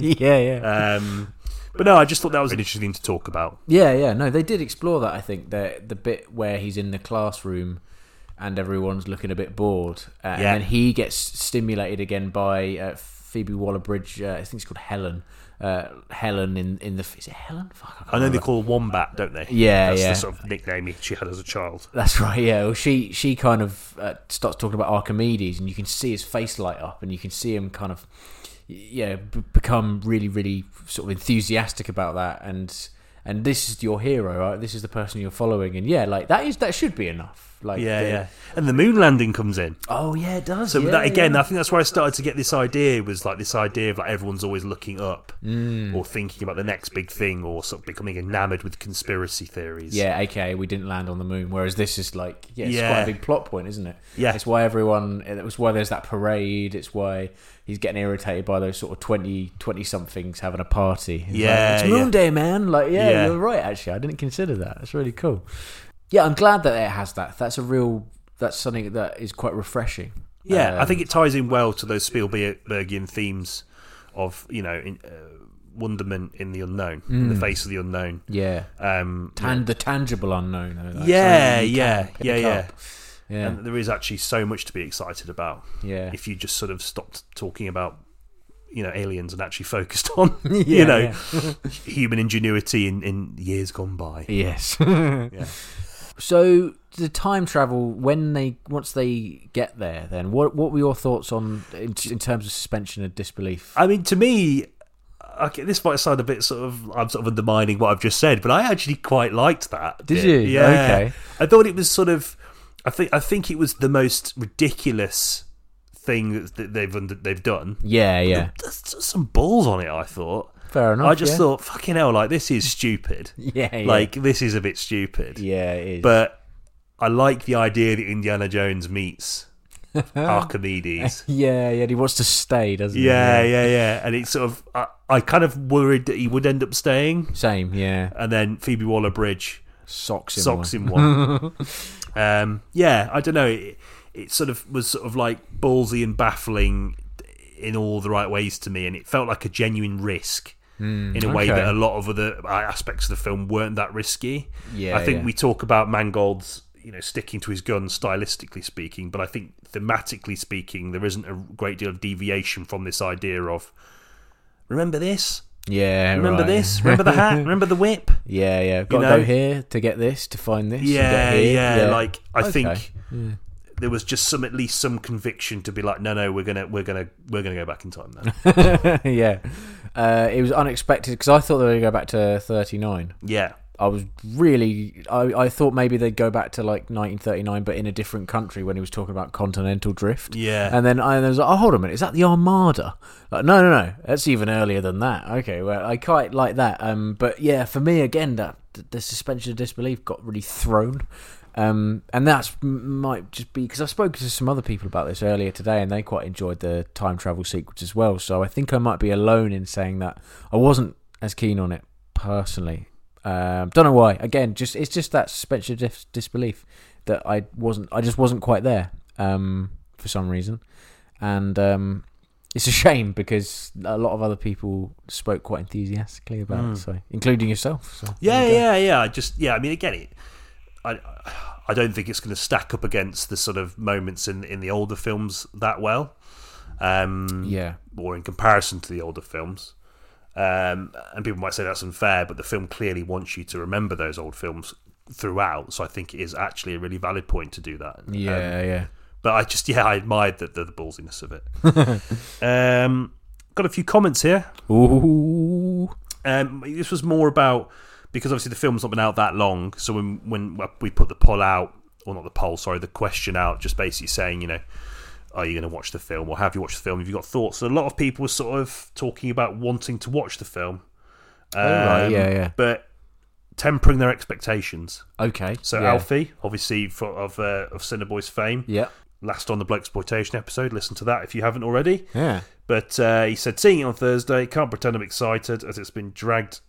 S2: yeah, yeah.
S1: Um, but no, I just thought that was an interesting thing to talk about.
S2: Yeah, yeah, no, they did explore that. I think the the bit where he's in the classroom and everyone's looking a bit bored, uh, and
S1: Yeah.
S2: then he gets stimulated again by uh, Phoebe Waller Bridge. Uh, I think it's called Helen. Uh, Helen in in the is it Helen? Fuck, I can't
S1: I know they
S2: remember.
S1: call Wombat, don't they?
S2: Yeah,
S1: That's
S2: yeah.
S1: the sort of nickname she had as a child.
S2: That's right. Yeah. Well, she she kind of uh, starts talking about Archimedes, and you can see his face light up, and you can see him kind of yeah b- become really really sort of enthusiastic about that, and and this is your hero, right? This is the person you're following, and yeah, like that is that should be enough. Like
S1: Yeah,
S2: the-
S1: yeah. And the moon landing comes in.
S2: Oh yeah, it does.
S1: So
S2: yeah,
S1: that again,
S2: yeah.
S1: I think that's where I started to get this idea was like this idea of like everyone's always looking up
S2: Mm.
S1: or thinking about the next big thing or sort of becoming enamored with conspiracy theories.
S2: Yeah, okay, we didn't land on the moon. Whereas this is like, yeah, it's quite
S1: Yeah.
S2: a big plot point, isn't it?
S1: Yeah.
S2: it's why everyone. It was why there's that parade. It's why he's getting irritated by those sort of 20, 20 somethings having a party. It's like,
S1: Yeah,
S2: it's Moon
S1: yeah.
S2: Day, man. Like, yeah,
S1: Yeah.
S2: you're right. Actually, I didn't consider that. That's really cool. Yeah, I'm glad that it has that. That's a real. That's something that is quite refreshing.
S1: yeah. I
S2: Um,
S1: think it ties in well to those Spielbergian themes of you know in, uh, wonderment in the unknown, in
S2: Mm.
S1: the face of the unknown.
S2: Yeah,
S1: Um,
S2: Tan- the tangible unknown. Though, like,
S1: yeah,
S2: something you
S1: yeah,
S2: can pick
S1: yeah, yeah.
S2: up. yeah,
S1: And there is actually so much to be excited about
S2: yeah.
S1: if you just sort of stopped talking about you know aliens and actually focused on
S2: Yeah,
S1: you know
S2: yeah.
S1: human ingenuity in, in years gone by.
S2: Yes. So the time travel when they once they get there, then what what were your thoughts on in, in terms of suspension of disbelief?
S1: I mean, to me, okay, this might sound a bit sort of I'm sort of undermining what I've just said, but I actually quite liked that.
S2: Did
S1: bit.
S2: you?
S1: Yeah.
S2: Okay.
S1: I thought it was sort of. I think I think it was the most ridiculous thing that they've under, they've done.
S2: Yeah, yeah,
S1: There's just some balls on it. I thought.
S2: fair enough.
S1: I
S2: Oh,
S1: just
S2: yeah.
S1: thought, fucking hell, like this is stupid.
S2: yeah, yeah.
S1: Like this is a bit stupid.
S2: yeah, it is.
S1: But I like the idea that Indiana Jones meets Archimedes.
S2: yeah, yeah, he wants to stay, doesn't
S1: Yeah,
S2: he?
S1: yeah, yeah. And it's sort of, I, I kind of worried that he would end up staying,
S2: Same, yeah.
S1: and then Phoebe Waller Bridge
S2: Socks in
S1: socks
S2: one.
S1: him one. um, yeah, I don't know. It, it sort of was sort of like ballsy and baffling in all the right ways to me, and it felt like a genuine risk. In a way
S2: Hmm, okay.
S1: that a lot of other aspects of the film weren't that risky.
S2: Yeah,
S1: I think
S2: yeah.
S1: we talk about Mangold's, you know, sticking to his gun stylistically speaking, but I think thematically speaking, there isn't a great deal of deviation from this idea of remember this,
S2: Yeah,
S1: remember
S2: right.
S1: this, remember the hat, remember the whip.
S2: Yeah, yeah. Got to
S1: know?
S2: go here to get this to find this. and
S1: yeah,
S2: get here.
S1: yeah, Like I
S2: Okay.
S1: think there was just some at least some conviction to be like, no, no, we're gonna we're gonna we're gonna go back in time now.
S2: yeah. Uh, it was unexpected because I thought they were going to go back to thirty nine.
S1: yeah,
S2: I was really I, I thought maybe they'd go back to like 1939, but in a different country when he was talking about continental drift.
S1: Yeah.
S2: And then I, and I was like, oh hold on a minute, is that the Armada? Like, no, no, no, that's even earlier than that. Okay, well I quite like that. Um, but yeah, for me again, that the suspension of disbelief got really thrown. Um, and that's m- might just be because I spoke to some other people about this earlier today, and they quite enjoyed the time travel sequence as well. So I think I might be alone in saying that I wasn't as keen on it personally. Um, don't know why. Again, just it's just that suspension of dis- disbelief that I wasn't. I just wasn't quite there um, for some reason, and um, it's a shame because a lot of other people spoke quite enthusiastically about it, so including yourself. So there
S1: Yeah,
S2: you go.
S1: yeah, yeah. I Just yeah. I mean, again, it, I I don't think it's going to stack up against the sort of moments in in the older films that well. Um,
S2: yeah.
S1: Or in comparison to the older films. Um, and people might say that's unfair, but the film clearly wants you to remember those old films throughout. So I think it is actually a really valid point to do that. Um,
S2: Yeah, yeah.
S1: but I just yeah, I admired the, the, the ballsiness of it. um, got a few comments here.
S2: Ooh.
S1: Um, this was more about because obviously the film's not been out that long. So when when we put the poll out, or not the poll, sorry, the question out, just basically saying, you know, are you going to watch the film or have you watched the film? Have you got thoughts? So a lot of people were sort of talking about wanting to watch the film.
S2: Oh, right,
S1: Um,
S2: yeah, yeah.
S1: But tempering their expectations.
S2: Okay.
S1: So
S2: yeah.
S1: Alfie, obviously for, of uh, of Cineboy's fame,
S2: Yeah.
S1: last on the bloke exploitation episode. Listen to that if you haven't already.
S2: Yeah.
S1: But uh, he said, seeing it on Thursday, can't pretend I'm excited as it's been dragged,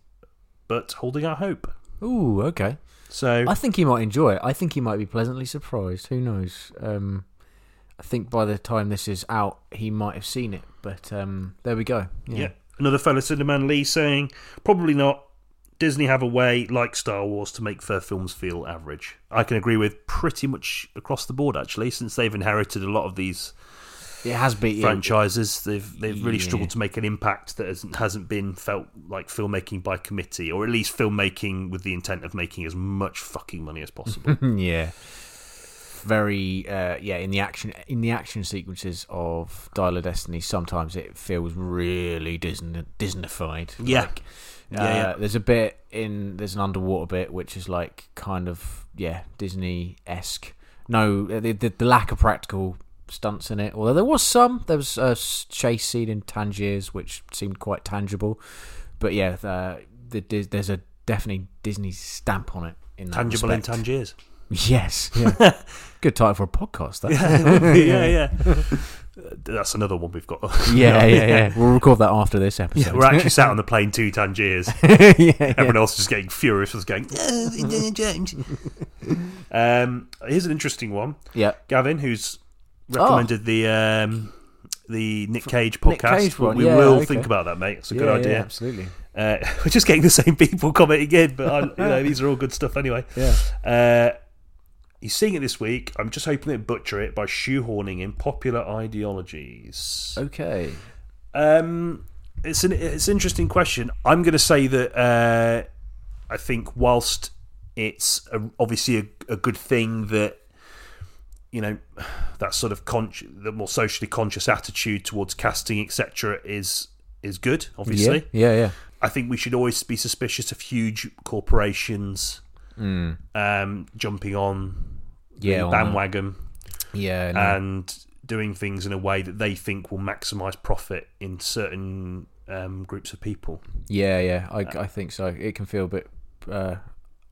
S1: but holding out hope.
S2: Ooh, okay.
S1: So
S2: I think he might enjoy it. I think he might be pleasantly surprised. Who knows? Um, I think by the time this is out, he might have seen it. But um, there we go.
S1: yeah. another fellow Cineman Lee saying, probably not. Disney have a way, like Star Wars, to make their films feel average. I can agree with pretty much across the board, actually, since they've inherited a lot of these
S2: It has been.
S1: franchises. They've they've really
S2: Yeah.
S1: struggled to make an impact that hasn't, hasn't been felt like filmmaking by committee, or at least filmmaking with the intent of making as much fucking money as possible.
S2: yeah. Very uh, yeah in the action in the action sequences of Dial of Destiny sometimes it feels really Disney Disneyfied
S1: Yeah.
S2: like,
S1: Yeah,
S2: uh,
S1: yeah.
S2: there's a bit in there's an underwater bit which is like kind of yeah Disney esque no the, the, the lack of practical stunts in it although there was some there was a s- chase scene in Tangiers which seemed quite tangible but yeah the, the, Dis- there's a definitely Disney stamp on it in that
S1: Tangible in
S2: respect.
S1: Tangiers.
S2: Yes. Yeah. Good title for a podcast. That. Yeah.
S1: yeah, yeah. That's another one we've got.
S2: Yeah, yeah, We'll record that after this episode.
S1: We're actually sat on the plane to Tangiers.
S2: yeah, yeah.
S1: Everyone else is getting furious, was going, "Oh, Indiana Jones." um, here's an interesting one.
S2: Yeah.
S1: Gavin, who's recommended the um, the Nick Cage
S2: Oh. Nick
S1: podcast.
S2: Cage
S1: We-
S2: one,
S1: We
S2: yeah,
S1: will
S2: okay.
S1: think about that, mate. It's a good
S2: Ah, Yeah, yeah,
S1: idea.
S2: absolutely.
S1: Uh, we're just getting the same people commenting in, but I, you know these are all good stuff anyway.
S2: Yeah.
S1: Uh, he's seeing it this week. I'm just hoping they butcher it by shoehorning in popular ideologies.
S2: Okay.
S1: Um, it's an it's an interesting question. I'm going to say that uh, I think whilst it's a, obviously a, a good thing that you know that sort of con- the more socially conscious attitude towards casting etc is is good. Obviously,
S2: Yeah. Yeah. Yeah.
S1: I think we should always be suspicious of huge corporations um, jumping on
S2: Hmm. Yeah.
S1: the
S2: on
S1: bandwagon
S2: that. Yeah.
S1: Uh,
S2: No.
S1: and doing things in a way that they think will maximize profit in certain um, groups of people.
S2: yeah. Yeah. I, I think so. It can feel a bit. Uh,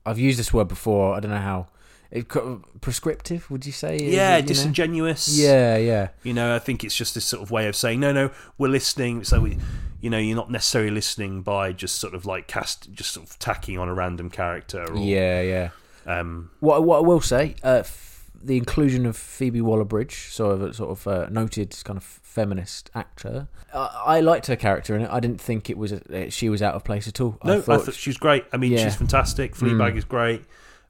S2: I've used this word before. I don't know how. It co- prescriptive? Would you say? Is it,
S1: Yeah,
S2: you know?
S1: disingenuous.
S2: Yeah. Yeah.
S1: You know, I think it's just this sort of way of saying, no, no, we're listening. So we, you know, you're not necessarily listening by just sort of like cast, just sort of tacking on a random character. Or,
S2: Yeah. Yeah.
S1: Um,
S2: What, what I will say, uh, f- the inclusion of Phoebe Waller-Bridge, so of a sort of uh, noted kind of feminist actor, I I liked her character in it. I didn't think it was uh, she was out of place at all.
S1: no,
S2: I thought,
S1: she's great. I mean,
S2: Yeah. Mm.
S1: she's fantastic. Fleabag is great.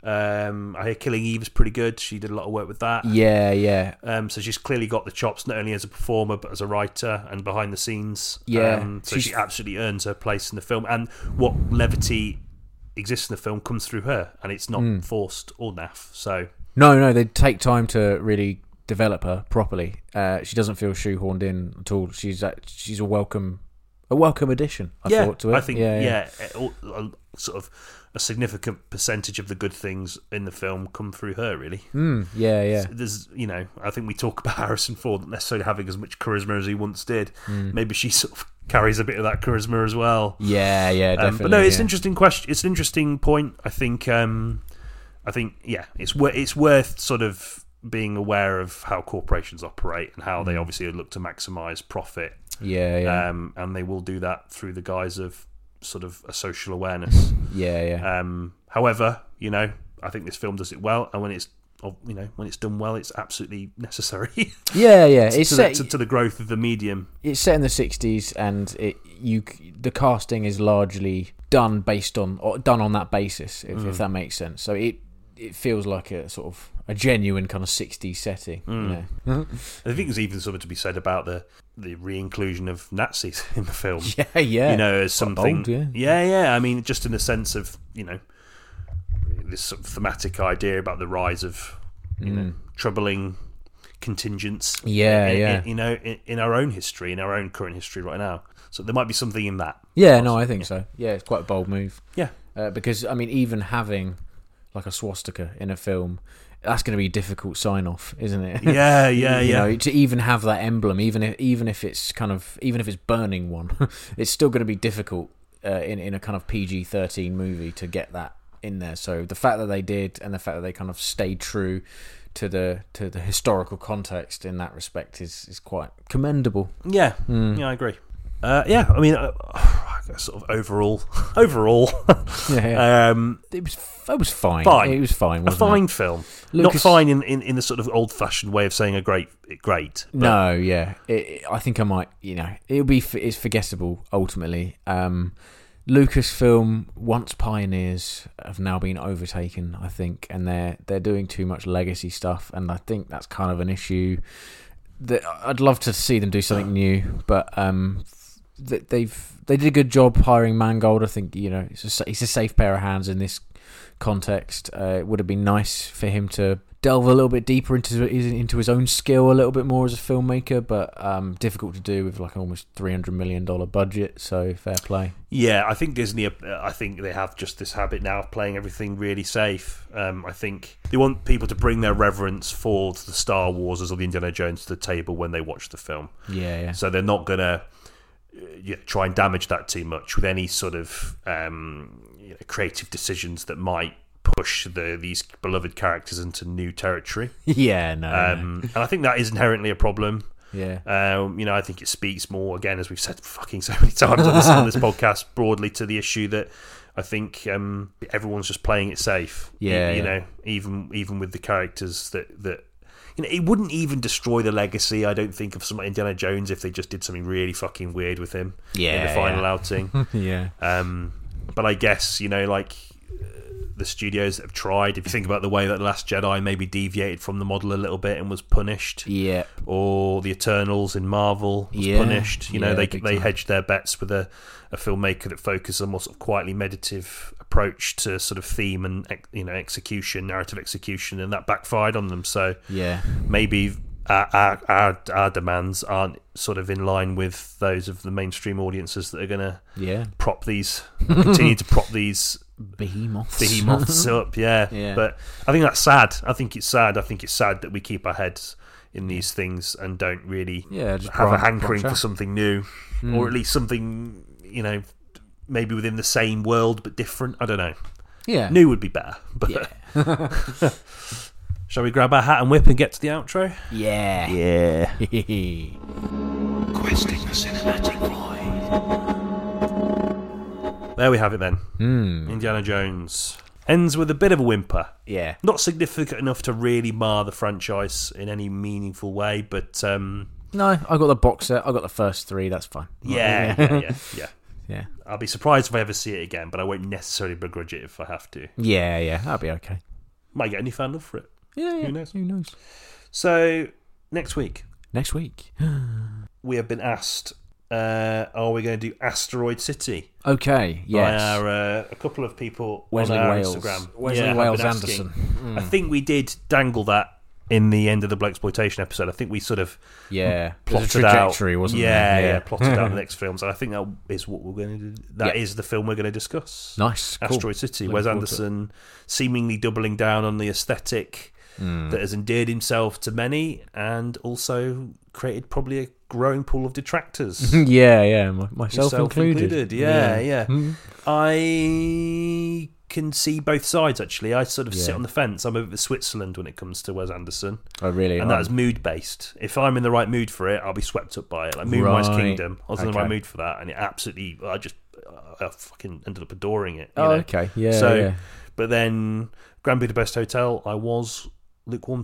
S1: Um, I hear Killing Eve is pretty good. She did a lot of work with that.
S2: yeah, yeah,
S1: Um, so she's clearly got the chops, not only as a performer but as a writer and behind the scenes.
S2: Yeah,
S1: um, so
S2: she's-
S1: she absolutely earns her place in the film, and what levity exists in the film comes through her, and it's not
S2: Mm.
S1: forced or naff. So
S2: no, no, they take time to really develop her properly. Uh, she doesn't feel shoehorned in at all. She's uh, she's a welcome, a welcome addition. I
S1: yeah,
S2: thought to it.
S1: I think
S2: yeah,
S1: yeah, it all- uh, sort of a significant percentage of the good things in the film come through her. Really,
S2: Mm, yeah, yeah.
S1: there's you know I think we talk about Harrison Ford not necessarily having as much charisma as he once did.
S2: Hmm.
S1: Maybe she sort of carries a bit of that charisma as well.
S2: Yeah, yeah,
S1: Um,
S2: definitely.
S1: but no, it's
S2: yeah.
S1: an interesting question. It's an interesting point. I think. Um, I think yeah, it's wor- it's worth sort of being aware of how corporations operate and how they obviously look to maximise profit,
S2: Yeah, Hmm. yeah,
S1: um, and they will do that through the guise of sort of a social awareness.
S2: yeah, yeah.
S1: Um, however, you know, I think this film does it well, and when it's oh, you know when it's done well, it's absolutely necessary
S2: yeah, yeah. It's
S1: to,
S2: set,
S1: the, to, to the growth of the medium.
S2: it's set in the '60s, and it you c- the casting is largely done based on or done on that basis, if,
S1: Mm.
S2: if that makes sense. So it it feels like a sort of a genuine kind of '60s setting.
S1: Mm.
S2: You know?
S1: I think there's even something to be said about the the re-inclusion of Nazis in the film.
S2: yeah, yeah.
S1: you know, as something.
S2: bold, yeah.
S1: yeah, yeah. I mean, just in the sense of you know this sort of thematic idea about the rise of you know troubling contingents.
S2: Mm. Yeah,
S1: in- in-
S2: yeah.
S1: you know, in, in our own history, in our own current history right now. So there might be something in that.
S2: yeah, no, I think so. Yeah, it's quite a bold move.
S1: Yeah,
S2: uh, because I mean, even having like a swastika in a film, that's going to be a difficult sign off, isn't it?
S1: yeah, yeah,
S2: you
S1: yeah.
S2: know, to even have that emblem, even if even if it's kind of even if it's burning one, it's still going to be difficult uh, in in a kind of PG thirteen movie to get that in there. So the fact that they did, and the fact that they kind of stayed true to the to the historical context in that respect is is quite commendable.
S1: Yeah,
S2: Hmm.
S1: yeah, I agree. Uh, yeah, I mean, uh, sort of overall, overall,
S2: Yeah,
S1: um,
S2: it was it was fine.
S1: Fine.
S2: It was fine.
S1: a
S2: Wasn't
S1: fine
S2: It?
S1: film. Not
S2: Lucas-
S1: fine in, in, in the sort of old fashioned way of saying a great, great. but-
S2: No, yeah, it, it- I think I might. You know, it'll be f- it's forgettable ultimately. Um, Lucasfilm, once pioneers, have now been overtaken. I think, and they're they're doing too much legacy stuff, and I think that's kind of an issue. That I'd love to see them do something new, but um, th- they've they did a good job hiring Mangold. I think you know it's a, sa- it's a safe pair of hands in this context. Uh, it would have been nice for him to delve a little bit deeper into his, into his own skill a little bit more as a filmmaker, but um, difficult to do with like an almost three hundred million dollar budget. So fair play.
S1: Yeah, I think Disney. uh, I think they have just this habit now of playing everything really safe. Um, I think they want people to bring their reverence for the Star Wars or the Indiana Jones to the table when they watch the film.
S2: Yeah, yeah,
S1: So they're not gonna uh, yeah, try and damage that too much with any sort of um, you know, creative decisions that might push the these beloved characters into new territory.
S2: yeah. No, no.
S1: Um, and I think that is inherently a problem.
S2: yeah,
S1: Um, you know, I think it speaks more, again, as we've said fucking so many times on this, on this podcast, broadly to the issue that I think um, everyone's just playing it safe. You-
S2: Yeah, yeah.
S1: you, know, even even with the characters that that you know, it wouldn't even destroy the legacy. I don't think of some Indiana Jones if they just did something really fucking weird with him in the
S2: Yeah,
S1: final
S2: yeah.
S1: outing.
S2: yeah.
S1: Um, but I guess you know, like uh, the studios that have tried. If you think about the way that the Last Jedi maybe deviated from the model a little bit and was punished,
S2: Yeah,
S1: or the Eternals in Marvel was
S2: Yeah.
S1: punished. You know,
S2: Yeah,
S1: they
S2: big
S1: they
S2: time.
S1: hedged their bets with a, a filmmaker that focused on more sort of quietly meditative approach to sort of theme and ex- you know execution, narrative execution, and that backfired on them. So
S2: yeah,
S1: maybe our, our our our demands aren't sort of in line with those of the mainstream audiences that are going to
S2: yeah.
S1: prop these, continue to prop these
S2: Behemoths.
S1: behemoths up. Yeah.
S2: Yeah.
S1: But I think that's sad. I think it's sad. I think it's sad that we keep our heads in these things and don't really
S2: Yeah, just
S1: have a
S2: branch-
S1: hankering
S2: branch out.
S1: for something new or at least something, you know, maybe within the same world but different. I don't know.
S2: yeah.
S1: New would be better. But Shall we grab our hat and whip and get to the outro?
S2: Yeah.
S1: Yeah.
S2: Yeah.
S3: Questing the cinematic void.
S1: There we have it then.
S2: Hmm.
S1: Indiana Jones ends with a bit of a whimper.
S2: yeah.
S1: Not significant enough to really mar the franchise in any meaningful way, but um,
S2: No, I got the box set. I got the first three. That's fine.
S1: Yeah, yeah, yeah, yeah.
S2: Yeah.
S1: I'll be surprised if I ever see it again, but I won't necessarily begrudge it if I have to.
S2: Yeah, yeah. That'll be okay.
S1: Might get a new fan love for it.
S2: Yeah, yeah.
S1: Who knows?
S2: Who knows?
S1: So next week
S2: Next week.
S1: we have been asked, uh, are we going to do Asteroid City?
S2: Okay. Yes.
S1: By our, uh, a couple of people
S2: Wesley
S1: on our
S2: Wales.
S1: Instagram.
S2: Wesley
S1: Yeah, have
S2: Wales Hmm.
S1: been asking.
S2: Anderson.
S1: I think we did dangle that in the end of the black exploitation episode. I think we sort of
S2: Yeah,
S1: plotted
S2: There's a trajectory,
S1: out,
S2: wasn't
S1: yeah,
S2: there?
S1: Yeah, plotted out the next films, and I think that is what we're going to. do. That is
S2: Yeah.
S1: the film we're going to discuss.
S2: nice. Cool.
S1: Asteroid City,
S2: Looking
S1: Wes
S2: forward to it.
S1: Anderson seemingly doubling down on the aesthetic
S2: Hmm.
S1: that has endeared himself to many and also created probably a growing pool of detractors.
S2: yeah, yeah, my, myself
S1: Yourself
S2: included.
S1: Yeah, yeah.
S2: Hmm.
S1: I can see both sides actually. I sort of sit
S2: Yeah.
S1: on the fence. I'm over Switzerland when it comes to Wes Anderson.
S2: I Oh, really.
S1: And that is mood based. If I'm in the right mood for it, I'll be swept up by it. Like Moonrise
S2: Right.
S1: Kingdom, I was in the
S2: Okay.
S1: right mood for that, and it absolutely, I just, I fucking ended up adoring it. you
S2: oh,
S1: know?
S2: okay. Yeah.
S1: So-
S2: yeah.
S1: But then Grand Budapest Hotel, I was lukewarm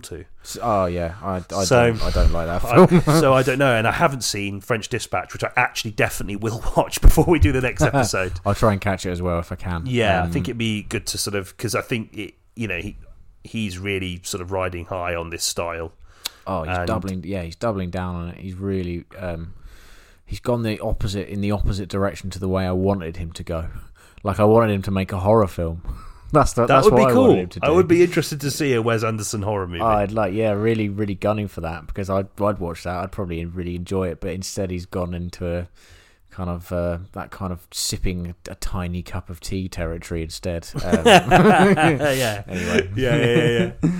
S1: to.
S2: S- Oh yeah, I, I,
S1: So-
S2: don't, I don't like that
S1: I-
S2: film.
S1: so I don't know, and I haven't seen French Dispatch, which I actually definitely will watch before we do the next episode.
S2: I'll try and catch it as well if I can.
S1: Yeah, I
S2: Um,
S1: think it'd be good to sort of because I think it, you know, he he's really sort of riding high on this style.
S2: Oh, he's
S1: and-
S2: doubling. Yeah, he's doubling down on it. He's really. Um, he's gone the opposite in the opposite direction to the way I wanted him to go. Like I wanted him to make a horror film. that's the,
S1: That
S2: that's
S1: would
S2: what
S1: be
S2: I wanted
S1: cool.
S2: him to do.
S1: I would be interested to see a Wes Anderson horror movie.
S2: I'd like, yeah, really, really gunning for that because I'd, I'd watch that. I'd probably really enjoy it. But instead, he's gone into a kind of uh, that kind of sipping a tiny cup of tea territory instead. Um,
S1: yeah.
S2: anyway,
S1: yeah, yeah, yeah, yeah.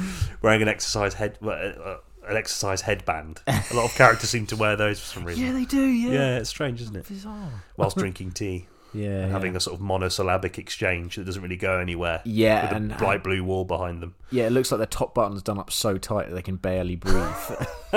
S1: Wearing an exercise head, well, uh, an exercise headband. A lot of characters seem to wear those for some reason.
S2: they do.
S1: Yeah, it's strange, isn't it?
S2: bizarre.
S1: Whilst drinking tea
S2: Yeah,
S1: and
S2: yeah.
S1: having a sort of monosyllabic exchange that doesn't really go anywhere.
S2: yeah,
S1: With
S2: and
S1: a bright blue wall behind them.
S2: yeah, it looks like the top button's done up so tight that they can barely breathe.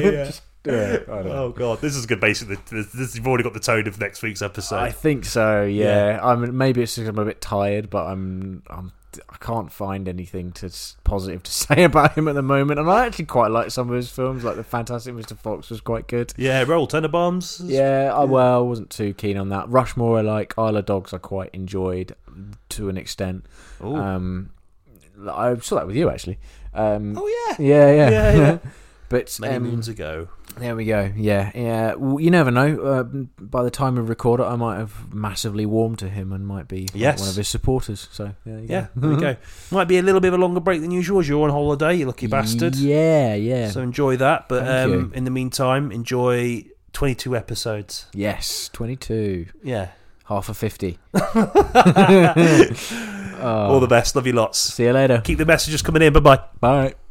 S1: yeah.
S2: yeah, I, don't know.
S1: oh god, this is good. Basically, this, this, you've already got the tone of next week's episode.
S2: I think so. Yeah, I'm maybe it's because I'm a bit tired, but I'm I'm I can't find anything to s- positive to say about him at the moment. And I actually quite like some of his films, like the Fantastic Mr. Fox was quite good.
S1: yeah, roll Tenenbaums.
S2: Yeah, I, well, I wasn't too keen on that. Rushmore, I like Isle of Dogs, I quite enjoyed to an extent.
S1: Ooh.
S2: Um, I saw that with you actually. Um,
S1: oh yeah,
S2: yeah, yeah,
S1: Yeah, yeah.
S2: but
S1: many
S2: um,
S1: moons ago.
S2: there we go. Yeah, yeah. Well, you never know. Uh, by the time we record it, I might have massively warmed to him and might be
S1: Yes.
S2: one of his supporters. So there you
S1: Yeah,
S2: go.
S1: there we go. Might be a little bit of a longer break than usual as you're on holiday, you lucky bastard.
S2: Yeah, yeah.
S1: So enjoy that. But
S2: Thank
S1: um,
S2: you.
S1: in the meantime, enjoy 22 episodes.
S2: yes, twenty-two,
S1: Yeah.
S2: half a fifty. Oh,
S1: All the best. Love you lots.
S2: See you later.
S1: Keep the messages coming in. Bye bye.
S2: Bye.